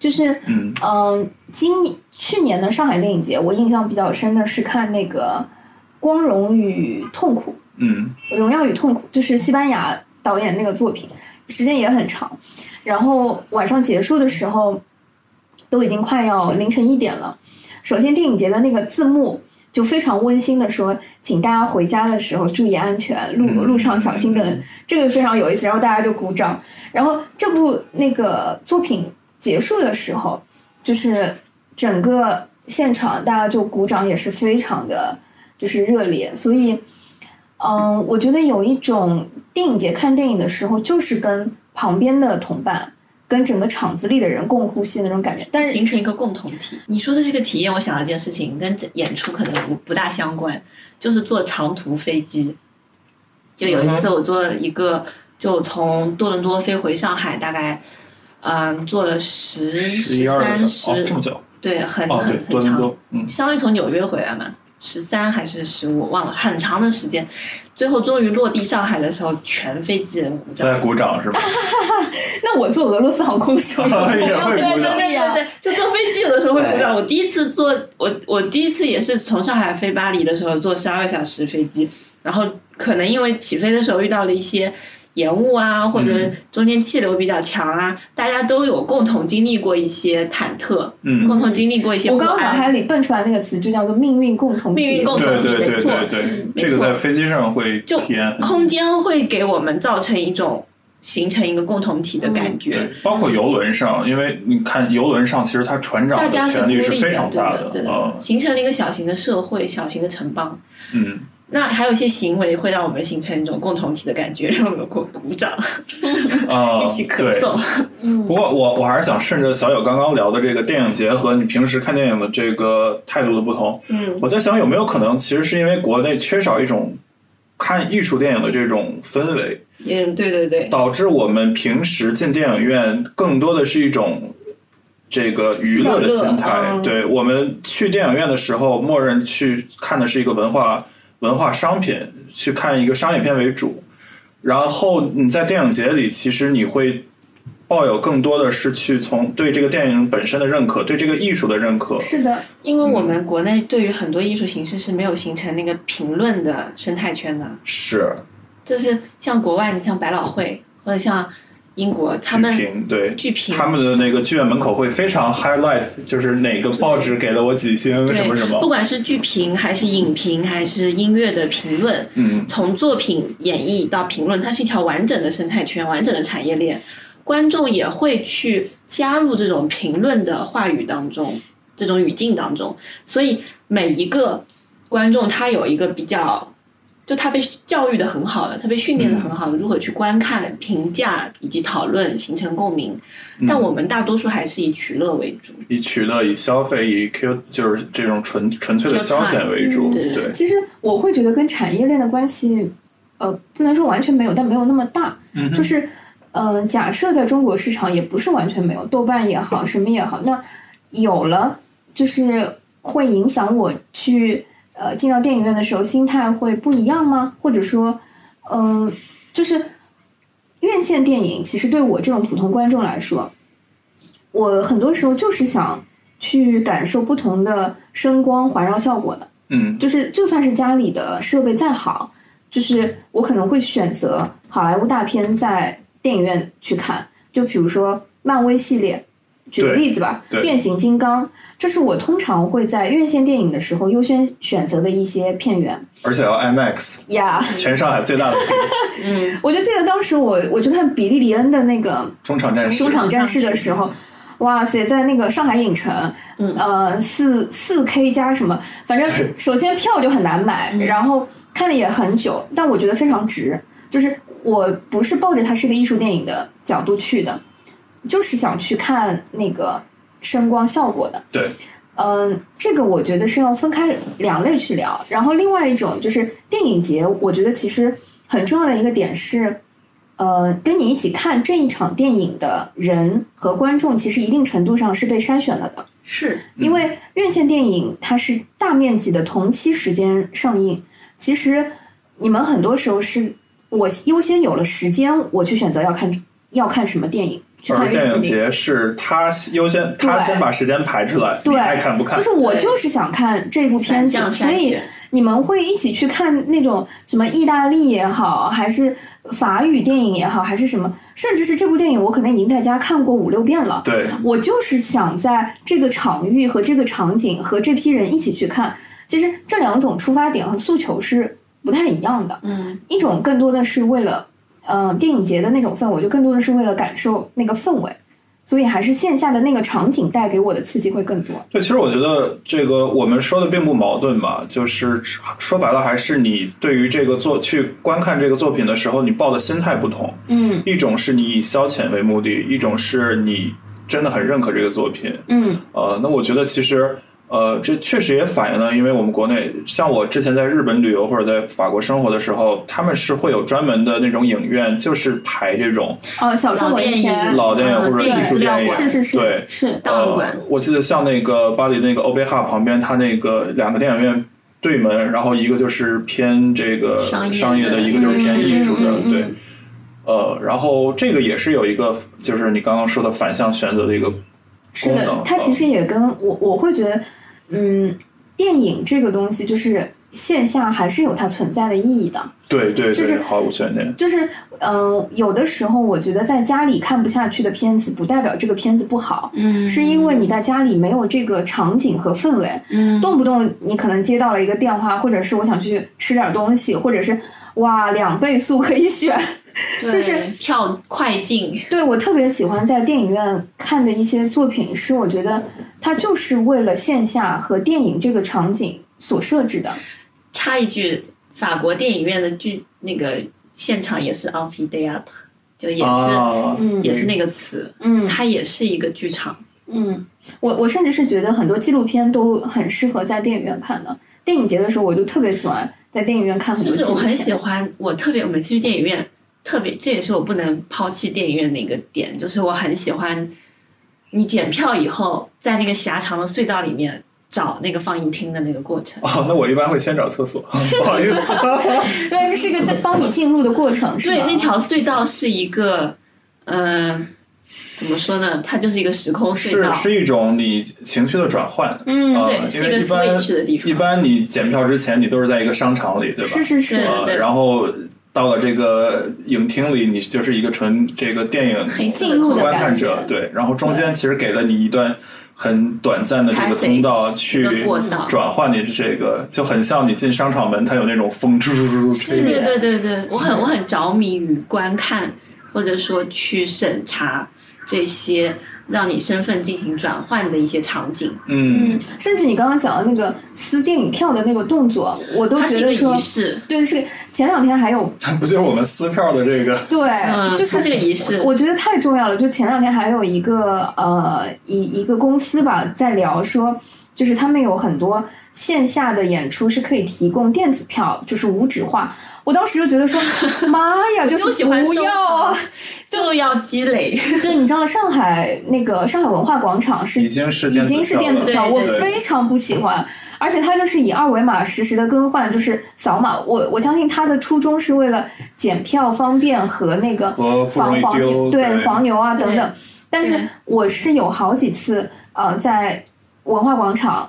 [SPEAKER 1] 就是
[SPEAKER 2] 嗯
[SPEAKER 1] 嗯、呃今去年的上海电影节，我印象比较深的是看那个《光荣与痛苦》，
[SPEAKER 2] 嗯，
[SPEAKER 1] 《荣耀与痛苦》，就是西班牙导演那个作品，时间也很长。然后晚上结束的时候，都已经快要凌晨一点了。首先，电影节的那个字幕就非常温馨的说，请大家回家的时候注意安全，路
[SPEAKER 2] 嗯
[SPEAKER 1] 路上小心等，这个非常有意思。然后大家就鼓掌。然后这部那个作品结束的时候，就是整个现场大家就鼓掌，也是非常的就是热烈。所以，嗯，我觉得有一种电影节看电影的时候，就是跟旁边的同伴、跟整个场子里的人共呼吸的那种感觉。但是，
[SPEAKER 3] 形成一个共同体。你说的这个体验，我想到一件事情，跟这演出可能不不大相关，就是坐长途飞机。就
[SPEAKER 2] 嗯
[SPEAKER 3] 有一次，我坐一个，就从多伦多飞回上海，大概，嗯、坐了十
[SPEAKER 2] 十一二个
[SPEAKER 3] 三
[SPEAKER 2] 小时，哦，
[SPEAKER 3] 十
[SPEAKER 2] 这么，久，
[SPEAKER 3] 对，很
[SPEAKER 2] 哦，对多
[SPEAKER 3] 很，很
[SPEAKER 2] 伦
[SPEAKER 3] 长，
[SPEAKER 2] 多，嗯，
[SPEAKER 3] 相当于从纽约回来嘛，十三还是十五，忘了，很长的时间。最后终于落地上海的时候，全飞机人鼓掌。
[SPEAKER 2] 在鼓掌 是吧？
[SPEAKER 1] 那我坐俄罗斯航空的时候，
[SPEAKER 2] 也
[SPEAKER 1] 同样
[SPEAKER 2] 会
[SPEAKER 1] 的
[SPEAKER 2] 鼓掌
[SPEAKER 1] 经历啊
[SPEAKER 3] 对，就坐飞机有的时候会鼓掌。我第一次坐，我我第一次也是从上海飞巴黎的时候坐十二个小时飞机，然后可能因为起飞的时候遇到了一些延误啊，或者
[SPEAKER 2] 嗯
[SPEAKER 3] 中间气流比较强啊，大家都有共同经历过一些忐忑，
[SPEAKER 2] 嗯
[SPEAKER 3] 共同经历过一些
[SPEAKER 1] 我
[SPEAKER 3] 不
[SPEAKER 1] 刚刚脑海
[SPEAKER 3] 安。
[SPEAKER 1] 里蹦出来那个词就叫做命运共同体。
[SPEAKER 3] 命运共同
[SPEAKER 2] 对
[SPEAKER 3] 体
[SPEAKER 2] 对对
[SPEAKER 3] 没错
[SPEAKER 2] 对对，这个在飞机上会
[SPEAKER 3] 就
[SPEAKER 2] 体验很
[SPEAKER 3] 空间会给我们造成一种形成一个共同体的感觉。
[SPEAKER 2] 对，包括游轮上，因为你看游轮上，其实它船长
[SPEAKER 3] 大
[SPEAKER 2] 的
[SPEAKER 3] 家是
[SPEAKER 2] 权
[SPEAKER 3] 孤
[SPEAKER 2] 力
[SPEAKER 3] 立
[SPEAKER 2] 是非常大
[SPEAKER 3] 的，对
[SPEAKER 2] 嗯
[SPEAKER 3] 形成了一个小型的社会、小型的城邦。
[SPEAKER 2] 嗯，
[SPEAKER 3] 那还有一些行为会让我们形成一种共同体的感觉， 让我们鼓鼓掌，
[SPEAKER 2] 啊，
[SPEAKER 3] 一起咳嗽。
[SPEAKER 2] 对。不过我我还是想顺着小友刚刚聊的这个电影节和你平时看电影的这个态度的不同，
[SPEAKER 3] 嗯，
[SPEAKER 2] 我在想有没有可能，其实是因为国内缺少一种看艺术电影的这种氛围，
[SPEAKER 3] 嗯，对对对，
[SPEAKER 2] 导致我们平时进电影院更多的是一种这个娱乐的心态。
[SPEAKER 3] 嗯
[SPEAKER 2] 对我们去电影院的时候，默认去看的是一个文化文化商品，去看一个商业片为主。然后你在电影节里，其实你会抱有更多的是去从对这个电影本身的认可，对这个艺术的认可。
[SPEAKER 1] 是的，
[SPEAKER 3] 因为我们国内对于很多艺术形式是没有形成那个评论的生态圈的，
[SPEAKER 2] 是，
[SPEAKER 3] 就是像国外，你像百老汇或者像英国，他们
[SPEAKER 2] 剧评对
[SPEAKER 3] 剧评
[SPEAKER 2] 他们的那个剧院门口会非常 highlight，就是哪个报纸给了我几星
[SPEAKER 3] 对
[SPEAKER 2] 什么什
[SPEAKER 3] 不
[SPEAKER 2] 么，
[SPEAKER 3] 管是剧评还是影评还是音乐的评论，
[SPEAKER 2] 嗯，
[SPEAKER 3] 从作品演绎到评论，它是一条完整的生态圈，完整的产业链。观众也会去加入这种评论的话语当中，这种语境当中，所以每一个观众他有一个比较，就他被教育的很好的，他被训练
[SPEAKER 2] 嗯
[SPEAKER 3] 的很好的，如何去观看、评价以及讨论，形成共鸣。
[SPEAKER 2] 嗯
[SPEAKER 3] 但我们大多数还是以取乐为主，
[SPEAKER 2] 以取乐、以消费、以 Q 就是这种纯纯粹的
[SPEAKER 3] Q
[SPEAKER 2] 消遣
[SPEAKER 3] time，
[SPEAKER 2] 为主，
[SPEAKER 3] 嗯对
[SPEAKER 2] 对，
[SPEAKER 1] 其实我会觉得跟产业链的关系，呃，不能说完全没有，但没有那么大。
[SPEAKER 2] 嗯哼
[SPEAKER 1] 就是，呃，假设在中国市场也不是完全没有，豆瓣也好，什么也好，那有了就是会影响我去呃进到电影院的时候心态会不一样吗？或者说，嗯、就是院线电影其实对我这种普通观众来说，我很多时候就是想去感受不同的声光环绕效果的。
[SPEAKER 2] 嗯
[SPEAKER 1] 就是就算是家里的设备再好，就是我可能会选择好莱坞大片在电影院去看，就比如说漫威系列。举个
[SPEAKER 2] 对
[SPEAKER 1] 例子吧，
[SPEAKER 2] 对
[SPEAKER 1] 变形金刚，这是我通常会在院线电影的时候优先选择的一些片源
[SPEAKER 2] 而且要 IMAX，
[SPEAKER 1] 呀。
[SPEAKER 2] 全上海最大的屏幕
[SPEAKER 3] 嗯，
[SPEAKER 1] 我就记得当时我我去看比利·林恩的那个
[SPEAKER 2] 中场战士，
[SPEAKER 1] 中场战士的时候，哇塞，在那个上海影城，
[SPEAKER 3] 嗯
[SPEAKER 1] 呃，四四 K 加什么，反正首先票就很难买，然后看的也很久，但我觉得非常值。就是我不是抱着它是个艺术电影的角度去的，就是想去看那个声光效果的。
[SPEAKER 2] 对，
[SPEAKER 1] 嗯，这个我觉得是要分开两类去聊。然后另外一种就是电影节，我觉得其实很重要的一个点是，呃，跟你一起看这一场电影的人和观众，其实一定程度上是被筛选了的。
[SPEAKER 3] 是
[SPEAKER 1] 因
[SPEAKER 2] 嗯
[SPEAKER 1] 为院线电影它是大面积的同期时间上映，其实你们很多时候是我优先有了时间，我去选择要看要看什么电影，去看
[SPEAKER 2] 而
[SPEAKER 1] 院
[SPEAKER 2] 哦电
[SPEAKER 1] 线
[SPEAKER 2] 影
[SPEAKER 1] 电影。
[SPEAKER 2] 节是他优先，他
[SPEAKER 1] 对
[SPEAKER 2] 先把时间排出来，你
[SPEAKER 1] 对
[SPEAKER 2] 爱看不看
[SPEAKER 1] 就？是我就是想看这部片
[SPEAKER 3] 反
[SPEAKER 1] 子，
[SPEAKER 3] 向
[SPEAKER 1] 所
[SPEAKER 3] 筛
[SPEAKER 1] 以
[SPEAKER 3] 选。
[SPEAKER 1] 你们会一起去看那种什么意大利也好，还是法语电影也好，还是什么，甚至是这部电影我可能已经在家看过五六遍了。
[SPEAKER 2] 对，
[SPEAKER 1] 我就是想在这个场域和这个场景和这批人一起去看。其实这两种出发点和诉求是不太一样的，
[SPEAKER 3] 嗯，
[SPEAKER 1] 一种更多的是为了，呃，电影节的那种氛围，就更多的是为了感受那个氛围，所以还是线下的那个场景带给我的刺激会更多。
[SPEAKER 2] 对，其实我觉得这个我们说的并不矛盾吧，就是说白了还是你对于这个作去观看这个作品的时候，你抱的心态不同。
[SPEAKER 1] 嗯
[SPEAKER 2] 一种是你以消遣为目的，一种是你真的很认可这个作品。
[SPEAKER 1] 嗯
[SPEAKER 2] 呃，那我觉得其实呃，这确实也反映了，因为我们国内像我之前在日本旅游或者在法国生活的时候，他们是会有专门的那种影院，就是排这种
[SPEAKER 1] 哦，小众文艺
[SPEAKER 3] 老电
[SPEAKER 1] 片
[SPEAKER 3] 影，
[SPEAKER 2] 老电
[SPEAKER 3] 嗯
[SPEAKER 2] 影或者艺术电影，
[SPEAKER 1] 是是
[SPEAKER 2] 对
[SPEAKER 1] 是。是，
[SPEAKER 3] 档案馆
[SPEAKER 2] 呃。我记得像那个巴黎那个欧贝哈旁边，它那个两个电影院对门，然后一个就是偏这个
[SPEAKER 3] 商业的
[SPEAKER 2] 商业的，一个就是偏艺术的，
[SPEAKER 1] 嗯嗯嗯
[SPEAKER 2] 对。呃，然后这个也是有一个，就是你刚刚说的反向选择的一个
[SPEAKER 1] 是
[SPEAKER 2] 功
[SPEAKER 1] 的
[SPEAKER 2] 能，哦
[SPEAKER 1] 它其实也跟我我会觉得，嗯，电影这个东西就是线下还是有它存在的意义的。
[SPEAKER 2] 对对
[SPEAKER 1] 就
[SPEAKER 2] 对
[SPEAKER 1] 是，
[SPEAKER 2] 毫无悬念。
[SPEAKER 1] 就是，嗯、有的时候我觉得在家里看不下去的片子，不代表这个片子不好，
[SPEAKER 3] 嗯
[SPEAKER 1] 是因为你在家里没有这个场景和氛围，
[SPEAKER 3] 嗯
[SPEAKER 1] 动不动你可能接到了一个电话，或者是我想去吃点东西，或者是哇两倍速可以选，
[SPEAKER 3] 就
[SPEAKER 1] 就是
[SPEAKER 3] 跳快进，
[SPEAKER 1] 对我特别喜欢在电影院看的一些作品，是我觉得它就是为了线下和电影这个场景所设置的。
[SPEAKER 3] 插一句，法国电影院的剧那个现场也是 amphithéâtre，就也是、
[SPEAKER 2] 啊，
[SPEAKER 1] 嗯
[SPEAKER 3] 也是那个词，
[SPEAKER 1] 嗯
[SPEAKER 3] 它也是一个剧场。
[SPEAKER 1] 嗯，我我甚至是觉得很多纪录片都很适合在电影院看的。电影节的时候，我就特别喜欢在电影院
[SPEAKER 2] 嗯
[SPEAKER 1] 看很
[SPEAKER 3] 就
[SPEAKER 1] 多纪
[SPEAKER 3] 是
[SPEAKER 1] 录
[SPEAKER 3] 我
[SPEAKER 1] 片。
[SPEAKER 3] 很喜欢，我特别每次去电影院，特别这也是我不能抛弃电影院的一个点，就是我很喜欢你检票以后，在那个狭长的隧道里面找那个放映厅的那个过程。
[SPEAKER 2] 哦，那我一般会先找厕所， 不好意思。
[SPEAKER 1] 对，这是一个帮你进入的过程，是
[SPEAKER 3] 对，
[SPEAKER 1] 吧
[SPEAKER 3] 那条隧道是一个，嗯、怎么说呢？它就是一个时空隧
[SPEAKER 2] 是
[SPEAKER 3] 道。
[SPEAKER 2] 是一种你情绪的转换，
[SPEAKER 1] 嗯
[SPEAKER 2] 啊
[SPEAKER 3] 对
[SPEAKER 2] 因
[SPEAKER 3] 是
[SPEAKER 2] 为
[SPEAKER 3] 一个
[SPEAKER 2] 一般
[SPEAKER 3] switch 的地方
[SPEAKER 2] 一般你检票之前，你都是在一个商场里，对吧？
[SPEAKER 1] 是是是，
[SPEAKER 3] 对
[SPEAKER 2] 呃，然后到了这个影厅里，你就是一个纯这个电影
[SPEAKER 1] 进入的
[SPEAKER 2] 观看
[SPEAKER 1] 感
[SPEAKER 2] 者
[SPEAKER 1] 觉，
[SPEAKER 2] 对。然后中间其实给了你一段很短暂的这个
[SPEAKER 3] Passage，
[SPEAKER 2] 通道
[SPEAKER 3] 一
[SPEAKER 2] 去
[SPEAKER 3] 个过道
[SPEAKER 2] 转换你这个，就很像你进商场门，它有那种风吹吹吹吹
[SPEAKER 3] 对
[SPEAKER 2] 的。
[SPEAKER 3] 对对对，我很我很着迷于观看，或者说去审查这些让你身份进行转换的一些场景，
[SPEAKER 2] 嗯
[SPEAKER 1] 嗯，甚至你刚刚讲的那个撕电影票的那个动作，我都
[SPEAKER 3] 它是
[SPEAKER 1] 觉
[SPEAKER 3] 一
[SPEAKER 1] 得
[SPEAKER 3] 个
[SPEAKER 1] 说
[SPEAKER 3] 仪，式，
[SPEAKER 1] 对，是前两天还有
[SPEAKER 2] 不就是我们撕票的这个？
[SPEAKER 1] 对，
[SPEAKER 3] 嗯，
[SPEAKER 1] 哎就
[SPEAKER 3] 它是个仪式，
[SPEAKER 1] 我觉得太重要了。就前两天还有一个呃一一个公司吧，在聊说，就是他们有很多线下的演出是可以提供电子票，就是无纸化。我当时就觉得 说，妈呀，就
[SPEAKER 3] 就是喜欢
[SPEAKER 1] 不
[SPEAKER 3] 收
[SPEAKER 1] 要啊！
[SPEAKER 3] 就要积累，
[SPEAKER 1] 对，你知道上海那个上海文化广场是
[SPEAKER 2] 已经是
[SPEAKER 1] 已经是电子
[SPEAKER 2] 了
[SPEAKER 1] 票，
[SPEAKER 3] 对
[SPEAKER 1] 我
[SPEAKER 3] 对
[SPEAKER 2] 对
[SPEAKER 1] 非常不喜欢，而且它就是以二维码实时的更换，就是扫码。我我相信它的初衷是为了检票方便和那个
[SPEAKER 2] 和不容
[SPEAKER 1] 防
[SPEAKER 2] 易
[SPEAKER 1] 黄
[SPEAKER 2] 丢
[SPEAKER 1] 牛
[SPEAKER 2] 对
[SPEAKER 1] 黄牛啊
[SPEAKER 3] 对
[SPEAKER 1] 等等。但是
[SPEAKER 3] 对
[SPEAKER 1] 我是有好几次呃在文化广场。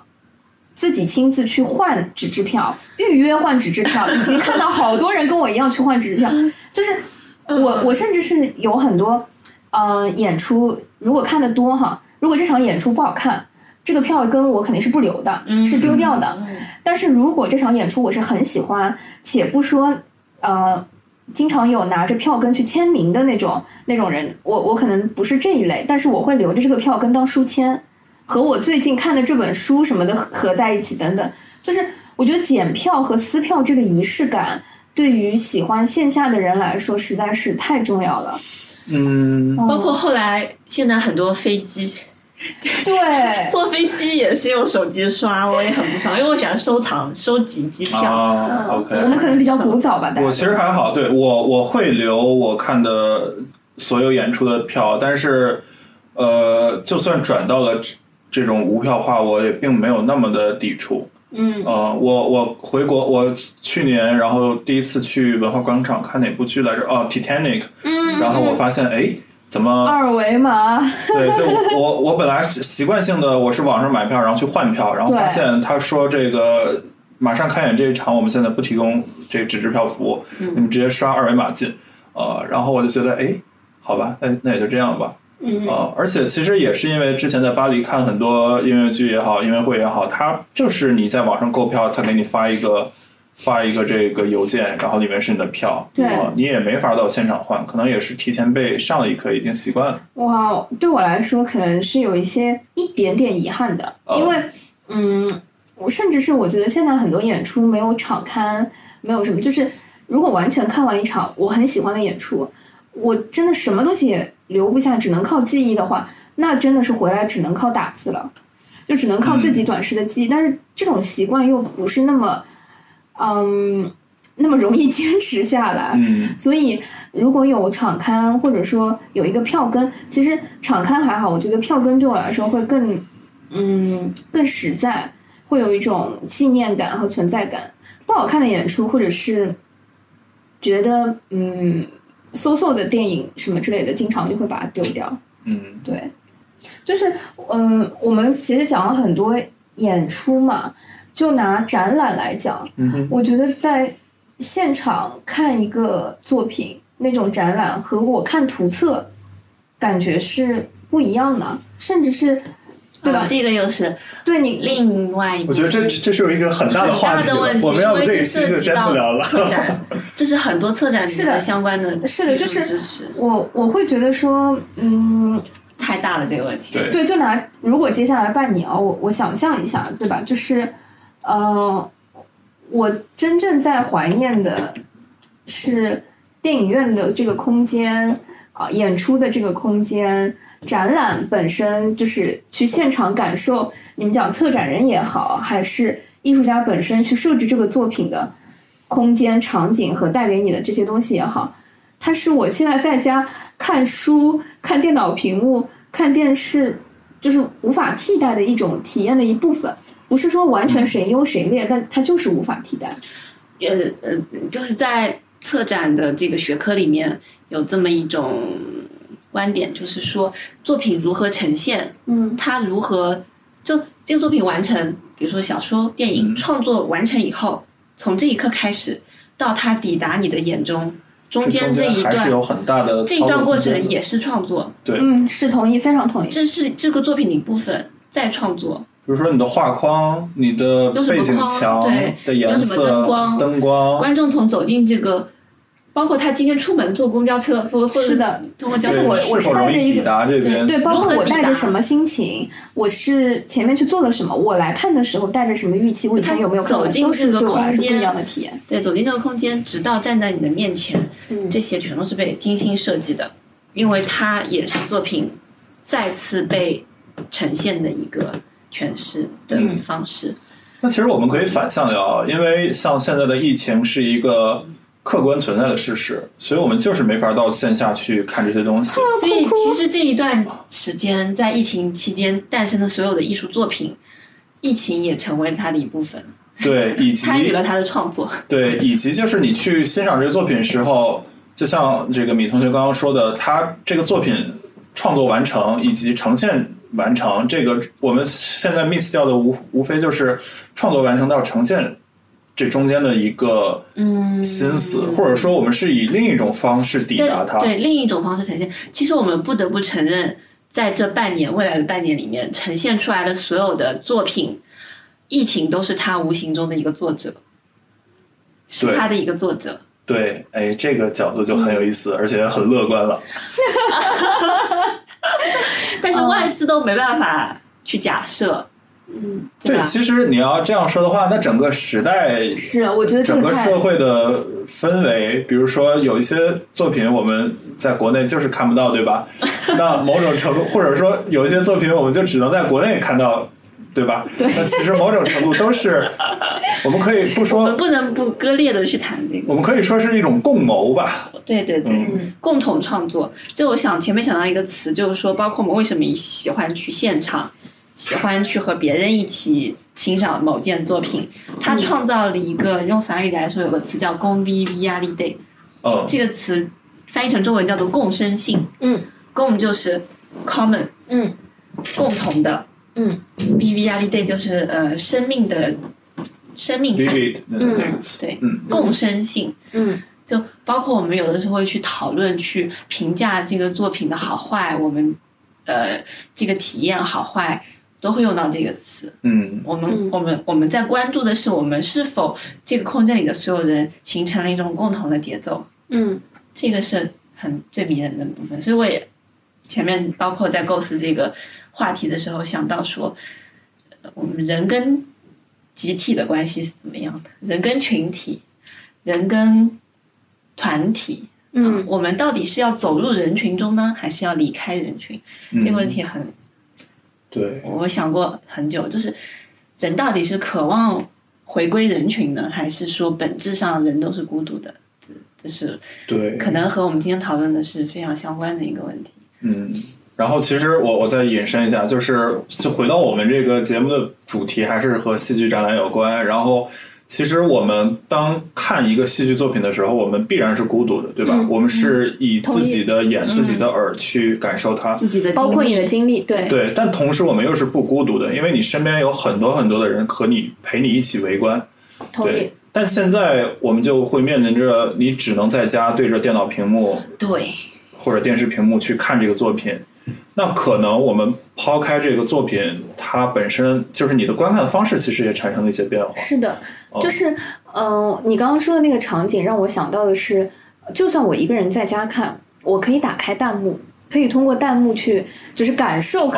[SPEAKER 1] 自己亲自去换纸质票，预约换纸质票，以及看到好多人跟我一样去换纸质票，就是我我甚至是有很多，呃，演出如果看的多哈，如果这场演出不好看，这个票根我肯定是不留的，是丢掉的。但是如果这场演出我是很喜欢，且不说呃，经常有拿着票根去签名的那种那种人，我我可能不是这一类，但是我会留着这个票根当书签，和我最近看的这本书什么的合在一起等等。就是我觉得检票和撕票这个仪式感，对于喜欢线下的人来说实在是太重要了。
[SPEAKER 2] 嗯，
[SPEAKER 1] 嗯
[SPEAKER 3] 包括后来现在很多飞机。
[SPEAKER 1] 对，
[SPEAKER 3] 坐飞机也是用手机刷，我也很不爽，因为我喜欢收藏、收集机票。
[SPEAKER 2] 啊，OK，
[SPEAKER 1] 我们可能比较古早吧，大
[SPEAKER 2] 我
[SPEAKER 1] 家嗯
[SPEAKER 2] 其实还好，对我我会留我看的所有演出的票，但是呃，就算转到了这这种无票化，我也并没有那么的抵触。
[SPEAKER 1] 嗯
[SPEAKER 2] 呃，我我回国，我去年然后第一次去文化广场看哪部剧来着？哦，《Titanic》。
[SPEAKER 1] 嗯，哦
[SPEAKER 2] 然后我发现，哎，怎么
[SPEAKER 1] 二维码，
[SPEAKER 2] 对，就我我本来是习惯性的我是网上买票，然后去换票，然后发
[SPEAKER 1] 对
[SPEAKER 2] 现他说这个马上开演这一场，我们现在不提供这纸质票服务，
[SPEAKER 1] 嗯
[SPEAKER 2] 你们直接刷二维码进。呃，然后我就觉得，哎，好吧，那那也就这样吧。
[SPEAKER 1] 嗯
[SPEAKER 2] 呃，而且其实也是因为之前在巴黎看很多音乐剧也好，音乐会也好，它就是你在网上购票，它给你发一个发一个这个邮件，然后里面是你的票，
[SPEAKER 1] 对
[SPEAKER 2] 呃你也没法到现场换，可能也是提前被上了一课，已经习惯了。
[SPEAKER 1] 哇，对我来说可能是有一些一点点遗憾的，
[SPEAKER 2] 哦
[SPEAKER 1] 因为嗯，我甚至是我觉得现在很多演出没有场刊，没有什么，就是如果完全看完一场我很喜欢的演出，我真的什么东西也留不下，只能靠记忆的话，那真的是回来只能靠打字了，就只能靠自己短时的记忆。但是这种习惯又不是那么，嗯，那么容易 坚持下来。
[SPEAKER 2] 嗯。
[SPEAKER 1] 所以如果有场刊，或者说有一个票根，其实场刊还好，我觉得票根对我来说会更，嗯，更实在，会有一种纪念感和存在感。不好看的演出，或者是觉得嗯，so so 的电影什么之类的，经常就会把它丢掉。
[SPEAKER 2] 嗯
[SPEAKER 1] 对，就是嗯，我们其实讲了很多演出嘛，就拿展览来讲，
[SPEAKER 2] 嗯哼
[SPEAKER 1] 我觉得在现场看一个作品那种展览和我看图册感觉是不一样的，甚至是对吧？
[SPEAKER 3] 啊这个又是
[SPEAKER 1] 对你
[SPEAKER 3] 另外一部
[SPEAKER 7] 我觉得这这是有一个很大的
[SPEAKER 3] 很
[SPEAKER 7] 话
[SPEAKER 3] 大
[SPEAKER 7] 题
[SPEAKER 3] 的
[SPEAKER 7] 了，
[SPEAKER 3] 问题，
[SPEAKER 7] 我们要
[SPEAKER 3] 因
[SPEAKER 7] 不
[SPEAKER 3] 为
[SPEAKER 7] 这一期
[SPEAKER 3] 涉
[SPEAKER 7] 就
[SPEAKER 3] 及
[SPEAKER 7] 先
[SPEAKER 3] 到
[SPEAKER 7] 不聊了。
[SPEAKER 3] 策展， 这是很多策展
[SPEAKER 1] 是的
[SPEAKER 3] 相关的
[SPEAKER 1] 是的
[SPEAKER 3] 技术
[SPEAKER 1] 就是
[SPEAKER 3] 支持
[SPEAKER 1] 我我会觉得说，嗯，
[SPEAKER 3] 太大了这个问题。
[SPEAKER 2] 对
[SPEAKER 1] 对，就拿如果接下来半年啊，我我想象一下，对吧？就是，呃，我真正在怀念的是电影院的这个空间啊、演出的这个空间，展览本身就是去现场感受。你们讲策展人也好，还是艺术家本身去设置这个作品的空间、场景和带给你的这些东西也好，它是我现在在家看书、看电脑屏幕、看电视，就是无法替代的一种体验的一部分。不是说完
[SPEAKER 3] 嗯
[SPEAKER 1] 全谁优谁劣，但它就是无法替代。
[SPEAKER 3] 呃呃，就是在策展的这个学科里面有这么一种观点，就是说作品如何呈现，
[SPEAKER 1] 嗯
[SPEAKER 3] 它如何就这
[SPEAKER 7] 嗯
[SPEAKER 3] 个作品完成，比如说小说、电影创作完成以后，从这一刻开始，到它抵达你的眼中，中间这一
[SPEAKER 2] 还是
[SPEAKER 3] 段
[SPEAKER 2] 有很大的
[SPEAKER 3] 这一段
[SPEAKER 2] 操作
[SPEAKER 3] 过
[SPEAKER 2] 空间的
[SPEAKER 3] 程也是创作，
[SPEAKER 1] 嗯，是同意，非常同意。
[SPEAKER 3] 这是这个作品的一部分，再创作。
[SPEAKER 2] 比如说你的画框、你的
[SPEAKER 3] 用什么
[SPEAKER 2] 背景
[SPEAKER 3] 框
[SPEAKER 2] 墙
[SPEAKER 3] 对
[SPEAKER 2] 的颜
[SPEAKER 3] 用什
[SPEAKER 2] 色、
[SPEAKER 3] 么灯光
[SPEAKER 2] 灯光
[SPEAKER 3] 观众从走进这个，包括他今天出门坐公交车，或或者
[SPEAKER 1] 是的，
[SPEAKER 3] 通过交
[SPEAKER 1] 就是
[SPEAKER 3] 通
[SPEAKER 1] 我
[SPEAKER 2] 对
[SPEAKER 1] 我
[SPEAKER 2] 是否
[SPEAKER 1] 带
[SPEAKER 2] 容
[SPEAKER 1] 着
[SPEAKER 2] 易
[SPEAKER 1] 一
[SPEAKER 2] 抵
[SPEAKER 1] 个
[SPEAKER 2] 达这边？
[SPEAKER 1] 对，包括
[SPEAKER 3] 如何
[SPEAKER 1] 我
[SPEAKER 3] 抵达
[SPEAKER 1] 带着什么心情，我是前面去做了什么，我来看的时候带着什么预期，我以前有没有看
[SPEAKER 3] 走
[SPEAKER 1] 完，
[SPEAKER 3] 进
[SPEAKER 1] 都是
[SPEAKER 3] 这个
[SPEAKER 1] 对我来说
[SPEAKER 3] 空
[SPEAKER 1] 不
[SPEAKER 3] 间
[SPEAKER 1] 一样的体验。
[SPEAKER 3] 对走进这个空间，直到站在你的面前，
[SPEAKER 1] 嗯
[SPEAKER 3] 这些全都是被精心设计的，因为它也是作品再次被呈现的一个诠释的
[SPEAKER 2] 嗯
[SPEAKER 3] 方式。
[SPEAKER 2] 那其实我们可以反向聊啊，因为像现在的疫情是一个客观存在的事实，所以我们就是没法到线下去看这些东 西。
[SPEAKER 3] 所以其实这一段时间，在疫情期间诞生的所有的艺术作品，疫情也成为了它的一部分，
[SPEAKER 2] 对，以及
[SPEAKER 3] 参与了它的创作。
[SPEAKER 2] 对，以及就是你去欣赏这个作品时候，就像这个米同学刚刚说的，他这个作品创作完成以及呈现完成，这个我们现在 miss 掉的无无非就是创作完成到呈现这中间的一个
[SPEAKER 3] 嗯，
[SPEAKER 2] 心思，或者说我们是以另一种方式抵达它。
[SPEAKER 3] 对另一种方式呈现。其实我们不得不承认，在这半年未来的半年里面，呈现出来的所有的作品，疫情都是他无形中的一个作者，是
[SPEAKER 2] 对
[SPEAKER 3] 他的一个作者。
[SPEAKER 2] 对，哎，这个角度就很有意思，
[SPEAKER 3] 嗯
[SPEAKER 2] 而且很乐观了。
[SPEAKER 3] 但是万事都没办法去假设，嗯，对
[SPEAKER 2] 对，
[SPEAKER 3] 吧？
[SPEAKER 2] 其实你要这样说的话，那整个时代
[SPEAKER 1] 是，啊我觉得这
[SPEAKER 2] 整
[SPEAKER 1] 个
[SPEAKER 2] 个
[SPEAKER 1] 太
[SPEAKER 2] 社会的氛围，比如说有一些作品我们在国内就是看不到，对 吧？那某种程度，或者说有一些作品我们就只能在国内看到，对吧？
[SPEAKER 1] 对
[SPEAKER 2] 那其实某种程度都是，我们可以不
[SPEAKER 3] 我
[SPEAKER 2] 说
[SPEAKER 3] 们，不能不割裂的去谈这个。
[SPEAKER 2] 我们可以说是一种共谋吧。
[SPEAKER 3] 对对对，
[SPEAKER 2] 嗯
[SPEAKER 3] 共同创作。就我想前面想到一个词，就是说，包括我们为什么喜欢去现场，喜欢去和别人一起欣赏某件作品，它创造了一个用法语来说有个词叫“共 v v i d a y
[SPEAKER 2] 嗯，
[SPEAKER 3] 这个词翻译成中文叫做共生性。
[SPEAKER 6] 嗯，
[SPEAKER 3] 共就是 common，
[SPEAKER 6] 嗯，
[SPEAKER 3] 共同的，
[SPEAKER 6] 嗯
[SPEAKER 3] v v i d a y 就是呃生命的生命
[SPEAKER 2] v
[SPEAKER 3] 性
[SPEAKER 2] i。v i d
[SPEAKER 3] 嗯，对，
[SPEAKER 2] 嗯
[SPEAKER 3] 共生性，
[SPEAKER 6] 嗯，
[SPEAKER 3] 就包括我们有的时候会去讨论、去评价这个作品的好坏，我们呃这个体验好坏都会用到这个词。
[SPEAKER 2] 嗯，
[SPEAKER 3] 我们、
[SPEAKER 6] 嗯
[SPEAKER 3] 我们我们在关注的是我们是否这个空间里的所有人形成了一种共同的节奏，
[SPEAKER 6] 嗯
[SPEAKER 3] 这个是很最迷人的部分。所以我也前面包括在构思这个话题的时候想到说，呃我们人跟集体的关系是怎么样的？人跟群体，人跟团体，
[SPEAKER 6] 嗯，
[SPEAKER 3] 我们到底是要走入人群中呢，还是要离开人群？这个问题很
[SPEAKER 2] 嗯对，
[SPEAKER 3] 我想过很久，就是人到底是渴望回归人群呢，还是说本质上人都是孤独的？这这是
[SPEAKER 2] 对，
[SPEAKER 3] 可能和我们今天讨论的是非常相关的一个问题。
[SPEAKER 2] 嗯，然后其实我我再引申一下，就是就回到我们这个节目的主题，还是和戏剧展览有关。然后其实我们当看一个戏剧作品的时候，我们必然是孤独的，对吧？我们是以自己的眼、自己的耳去感受它。
[SPEAKER 3] 自己的
[SPEAKER 6] 包括你的
[SPEAKER 3] 经历，
[SPEAKER 6] 经历，对，
[SPEAKER 2] 对，但同时我们又是不孤独的，因为你身边有很多很多的人和你陪你一起围观。
[SPEAKER 6] 同意
[SPEAKER 2] 对。，但现在我们就会面临着你只能在家对着电脑屏幕
[SPEAKER 3] 对，
[SPEAKER 2] 或者电视屏幕去看这个作品，那可能我们抛开这个作品，它本身就是你的观看方式，其实也产生了一些变化。
[SPEAKER 6] 是的，
[SPEAKER 2] 哦
[SPEAKER 6] 就是，呃，你刚刚说的那个场景让我想到的是，就算我一个人在家看，我可以打开弹幕，可以通过弹幕去，就是感受可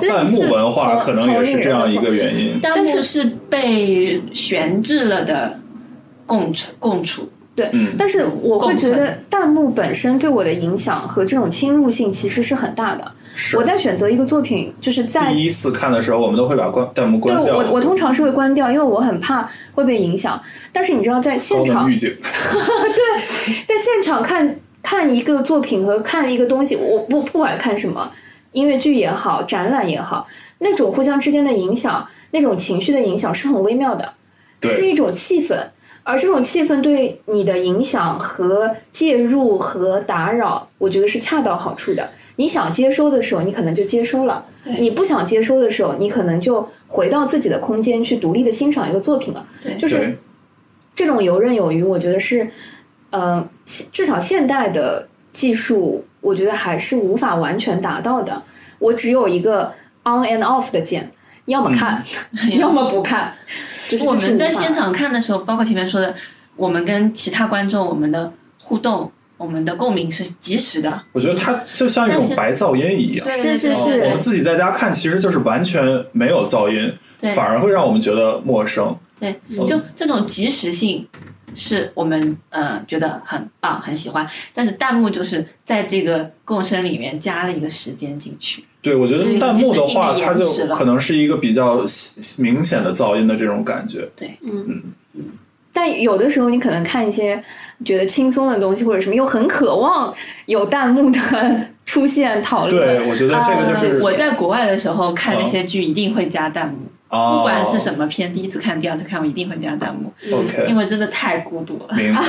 [SPEAKER 6] 能，类似
[SPEAKER 2] 弹幕文化
[SPEAKER 6] 同
[SPEAKER 2] 可能也是这样一个。原因。
[SPEAKER 3] 弹
[SPEAKER 6] 但
[SPEAKER 3] 幕
[SPEAKER 6] 是
[SPEAKER 3] 是被悬置了的共存共处，
[SPEAKER 6] 对，
[SPEAKER 2] 嗯
[SPEAKER 6] 但是我会觉
[SPEAKER 3] 共
[SPEAKER 6] 得弹幕本身对我的影响和这种侵入性其实是很大的。
[SPEAKER 2] 是
[SPEAKER 6] 我在选择一个作品，就是在
[SPEAKER 2] 第一次看的时候，我们都会把关弹幕
[SPEAKER 6] 对
[SPEAKER 2] 关掉。
[SPEAKER 6] 我我通常是会关掉，因为我很怕会被影响。但是你知道，在现
[SPEAKER 2] 高
[SPEAKER 6] 场
[SPEAKER 2] 能预警，
[SPEAKER 6] 在现场看看一个作品和看一个东西，我不不管看什么，音乐剧也好，展览也好，那种互相之间的影响，那种情绪的影响是很微妙的，是
[SPEAKER 2] 对
[SPEAKER 6] 一种气氛，而这种气氛对你的影响和介入和打扰，我觉得是恰到好处的。你想接收的时候，你可能就接收了；
[SPEAKER 3] 对
[SPEAKER 6] 你不想接收的时候，你可能就回到自己的空间去独立的欣赏一个作品了。
[SPEAKER 3] 对
[SPEAKER 6] 就是
[SPEAKER 2] 对
[SPEAKER 1] 这种游刃有余，我觉得是，呃，现至少现代的技术，我觉得还是无法完全达到的。我只有一个 on and off 的键，要么
[SPEAKER 2] 嗯
[SPEAKER 1] 看，要么不看。就是
[SPEAKER 3] 我
[SPEAKER 1] 就是
[SPEAKER 3] 们在
[SPEAKER 1] 无法
[SPEAKER 3] 现场看的时候，包括前面说的，我们跟其他观众我们的互动、我们的共鸣是及时的。
[SPEAKER 2] 我觉得它就像一
[SPEAKER 3] 但
[SPEAKER 2] 种
[SPEAKER 3] 是
[SPEAKER 2] 白噪音一样。
[SPEAKER 1] 是是
[SPEAKER 2] 我们
[SPEAKER 1] 是，
[SPEAKER 2] 自己在家看，其实就是完全没有噪音，
[SPEAKER 3] 对
[SPEAKER 2] 反而会让我们觉得陌生。
[SPEAKER 3] 对
[SPEAKER 2] 嗯，
[SPEAKER 3] 就这种及时性是我们呃觉得很棒、很喜欢，但是弹幕就是在这个共生里面加了一个时间进去。
[SPEAKER 2] 对，我觉得
[SPEAKER 3] 对
[SPEAKER 2] 弹幕的话，
[SPEAKER 3] 即时性的
[SPEAKER 2] 它
[SPEAKER 3] 延迟
[SPEAKER 2] 就
[SPEAKER 3] 了
[SPEAKER 2] 可能是一个比较明显的噪音的这种感觉。
[SPEAKER 1] 嗯
[SPEAKER 2] 嗯
[SPEAKER 1] 但有的时候你可能看一些觉得轻松的东西或者什么，又很渴望有弹幕的 出现讨论。
[SPEAKER 2] 对，我觉得这个就是
[SPEAKER 3] 啊我在国外的时候看那些剧一定会加弹幕，
[SPEAKER 2] 啊，
[SPEAKER 3] 不管是什么片，第一次看、第二次看，我一定会加弹幕，
[SPEAKER 2] ，OK，
[SPEAKER 3] 因为真的太孤独了，
[SPEAKER 2] 明白。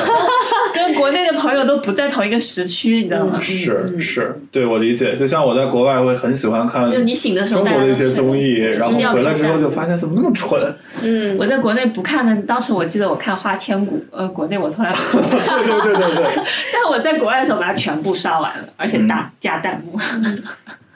[SPEAKER 3] 跟国内的朋友都不在同一个时区，你知道吗？
[SPEAKER 2] 嗯是是，对我理解。就像我在国外会很喜欢看
[SPEAKER 3] 嗯就你醒的时候，
[SPEAKER 2] 中
[SPEAKER 3] 大家
[SPEAKER 2] 国的
[SPEAKER 3] 都
[SPEAKER 2] 一些
[SPEAKER 3] 睡
[SPEAKER 2] 综
[SPEAKER 3] 了
[SPEAKER 2] 艺，然后
[SPEAKER 3] 一定要
[SPEAKER 2] 回来之后
[SPEAKER 3] 看
[SPEAKER 2] 就发现怎么那么 蠢。
[SPEAKER 1] 嗯，
[SPEAKER 3] 我在国内不看的，当时我记得我看《花千骨》，呃，国内我从来不 看，
[SPEAKER 2] 对对对对对。
[SPEAKER 3] 但我在国外的时候把它全部刷完了，而且打、
[SPEAKER 2] 嗯
[SPEAKER 3] 加弹幕。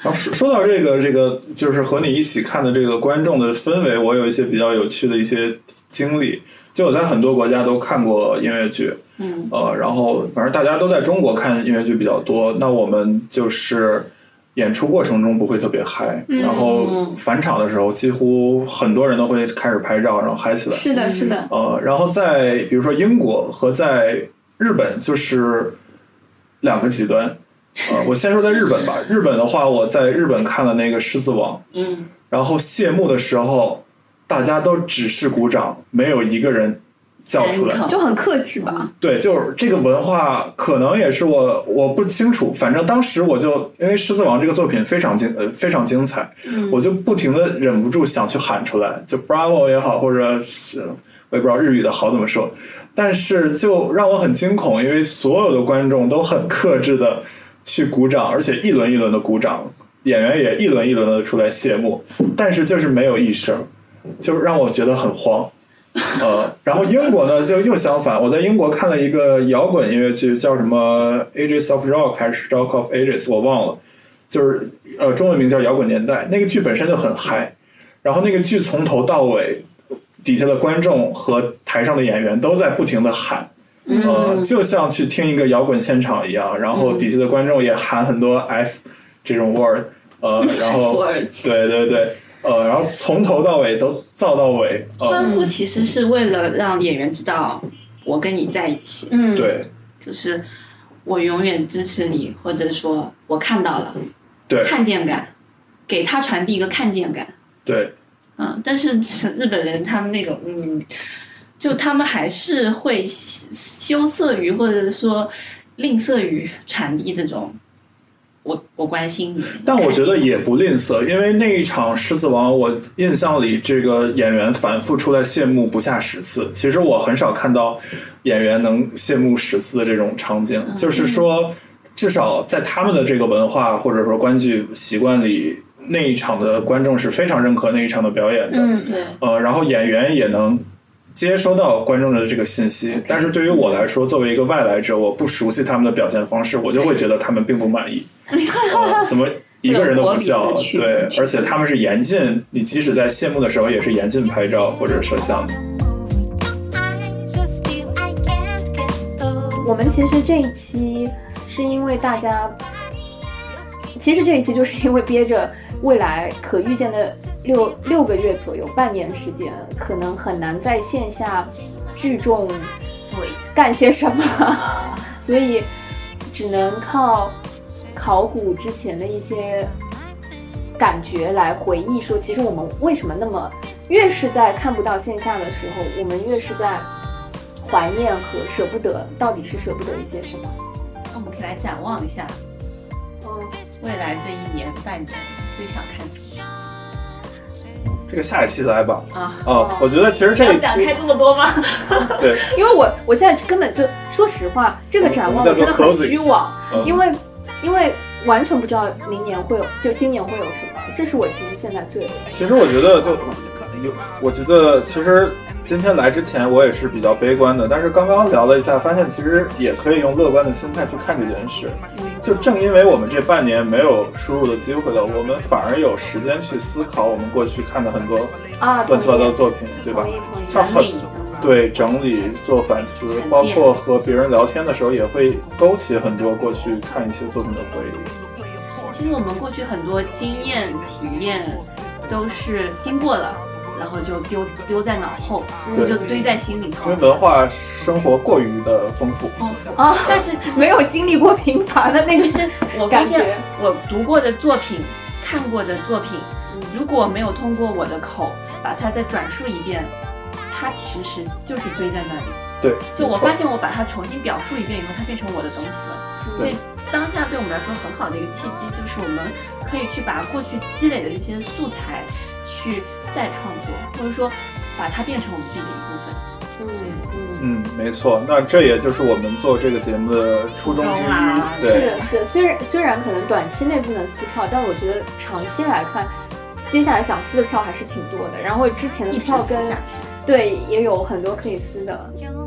[SPEAKER 2] 然后说说到这个这个，就是和你一起看的这个观众的氛围，我有一些比较有趣的一些经历。就我在很多国家都看过音乐剧，
[SPEAKER 3] 嗯，
[SPEAKER 2] 呃，然后反正大家都在中国看音乐剧比较多，那我们就是演出过程中不会特别嗨，然后返场的时候几乎很多人都会开始拍照，然后嗨起来。
[SPEAKER 1] 是的，是的，
[SPEAKER 2] 呃，然后在比如说英国和在日本就是两个极端。呃，我先说在日本吧。日本的话，我在日本看了那个《狮子王》，
[SPEAKER 3] 嗯，
[SPEAKER 2] 然后谢幕的时候，大家都只是鼓掌，没有一个人叫出来。
[SPEAKER 1] 就很克制吧。
[SPEAKER 2] 对，就是这个文化，可能也是我我不清楚。反正当时我就因为《狮子王》这个作品非常精呃非常精彩，我就不停的忍不住想去喊出来，就 Bravo 也好，或者是我也不知道日语的好怎么说，但是就让我很惊恐，因为所有的观众都很克制的去鼓掌，而且一轮一轮的鼓掌，演员也一轮一轮的出来谢幕，但是就是没有一声，就让我觉得很慌。呃，然后英国呢就又相反，我在英国看了一个摇滚音乐剧，叫什么《Ages of Rock》还是《Rock of Ages》，我忘了，就是呃中文名叫《摇滚年代》。那个剧本身就很嗨，然后那个剧从头到尾，底下的观众和台上的演员都在不停的喊，
[SPEAKER 3] 嗯
[SPEAKER 2] 呃，就像去听一个摇滚现场一样，然后底下的观众也喊很多 F 这种 word，呃，然 后
[SPEAKER 3] 我
[SPEAKER 2] 对对对，呃，然后从头到尾都造到尾，呃，
[SPEAKER 3] 欢呼其实是为了让演员知道我跟你在一起，
[SPEAKER 1] 嗯，
[SPEAKER 2] 对
[SPEAKER 3] 就是我永远支持你，或者说我看到了
[SPEAKER 2] 对
[SPEAKER 3] 看见感，给他传递一个看见感。
[SPEAKER 2] 对。
[SPEAKER 3] 嗯，但是日本人他们那种，嗯，就他们还是会羞羞涩于或者说吝啬于传递这种我我关心你。
[SPEAKER 2] 但我觉得也不吝啬，因为那一场《狮子王》，我印象里这个演员反复出来谢幕不下十次。其实我很少看到演员能谢幕十次的这种场景，就是说，至少在他们的这个文化或者说观剧习惯里，那一场的观众是非常认可那一场的表演的。
[SPEAKER 1] 嗯，
[SPEAKER 3] 对，
[SPEAKER 2] 呃，然后演员也能接收到观众的这个信息。但是对于我来说，作为一个外来者，我不熟悉他们的表现方式，我就会觉得他们并不满 意。呃、怎么一个人都不叫
[SPEAKER 3] 嗯有国别？的区别
[SPEAKER 2] 对，而且他们是严禁，你即使在谢幕的时候也是严禁拍照或者摄像的。
[SPEAKER 1] 我们其实这一期是因为大家，其实这一期就是因为憋着未来可预见的六六个月左右，半年时间，可能很难在线下聚众
[SPEAKER 3] 对
[SPEAKER 1] 干些什么， 所以只能靠考古之前的一些感觉来回忆说，其实我们为什么那么越是在看不到线下的时候，我们越是在怀念和舍不得，到底是舍不得一些什么？
[SPEAKER 3] 那我们可以来展望一下
[SPEAKER 1] 嗯，
[SPEAKER 3] 未来这一年半年最想看什么
[SPEAKER 2] 这个下一期来吧。
[SPEAKER 3] 啊？
[SPEAKER 2] 啊、我觉得其实这
[SPEAKER 3] 要
[SPEAKER 2] 一
[SPEAKER 3] 展
[SPEAKER 2] 期
[SPEAKER 3] 开这么多吗？
[SPEAKER 2] 对，
[SPEAKER 1] 因为我我现在根本就说实话，这个展望
[SPEAKER 2] 嗯我
[SPEAKER 1] 我
[SPEAKER 2] 们在
[SPEAKER 1] 真
[SPEAKER 2] 做
[SPEAKER 1] 的很
[SPEAKER 2] closing
[SPEAKER 1] 虚妄，
[SPEAKER 2] 嗯
[SPEAKER 1] 因为因为完全不知道明年会有，就今年会有什么，这是我其实现在最
[SPEAKER 2] 其实我觉得就有，我觉得其实今天来之前我也是比较悲观的，但是刚刚聊了一下，发现其实也可以用乐观的心态去看这件事。
[SPEAKER 3] 嗯
[SPEAKER 2] 就正因为我们这半年没有输入的机会了，我们反而有时间去思考我们过去看的很多
[SPEAKER 1] 啊，
[SPEAKER 2] 乱七八糟
[SPEAKER 1] 同
[SPEAKER 2] 的
[SPEAKER 1] 意
[SPEAKER 2] 作品，对吧
[SPEAKER 1] 同？意同意
[SPEAKER 2] 像
[SPEAKER 3] 整
[SPEAKER 2] 很
[SPEAKER 3] 理
[SPEAKER 2] 对整理做反思
[SPEAKER 3] 沉淀，
[SPEAKER 2] 包括和别人聊天的时候，也会勾起很多过去看一些作品的回忆。
[SPEAKER 3] 其实我们过去很多经验体验都是经过了，然后就丢丢在脑后，
[SPEAKER 1] 嗯
[SPEAKER 2] 对
[SPEAKER 3] 就堆在心里
[SPEAKER 2] 因为
[SPEAKER 3] 头。
[SPEAKER 2] 文化生活过于的丰富，
[SPEAKER 3] 丰 富
[SPEAKER 1] 啊
[SPEAKER 3] 但是其实
[SPEAKER 1] 没有经历过贫乏的那个
[SPEAKER 3] 其实我发
[SPEAKER 1] 感
[SPEAKER 3] 现
[SPEAKER 1] 觉
[SPEAKER 3] 我读过的作品、看过的作品，如果没有通过我的口把它再转述一遍，它其实就是堆在那里。
[SPEAKER 2] 对，
[SPEAKER 3] 就我
[SPEAKER 2] 没错
[SPEAKER 3] 发现我把它重新表述一遍以后，它变成我的东西了。所以当下对我们来说很好的一个契机，就是我们可以去把过去积累的这些素材去再创作，或者说把它变成我们自己的一部分。
[SPEAKER 2] 嗯，没错，那这也就是我们做这个节目的初衷之
[SPEAKER 3] 初衷啊啦
[SPEAKER 2] 一。
[SPEAKER 1] 是
[SPEAKER 2] 对
[SPEAKER 1] 的，是的，虽然虽然可能短期内不能撕票，但我觉得长期来看，接下来想撕的票还是挺多的。然后之前的
[SPEAKER 3] 一直
[SPEAKER 1] 票
[SPEAKER 3] 走
[SPEAKER 1] 根
[SPEAKER 3] 下去，
[SPEAKER 1] 对也有很多可以撕的。
[SPEAKER 4] 有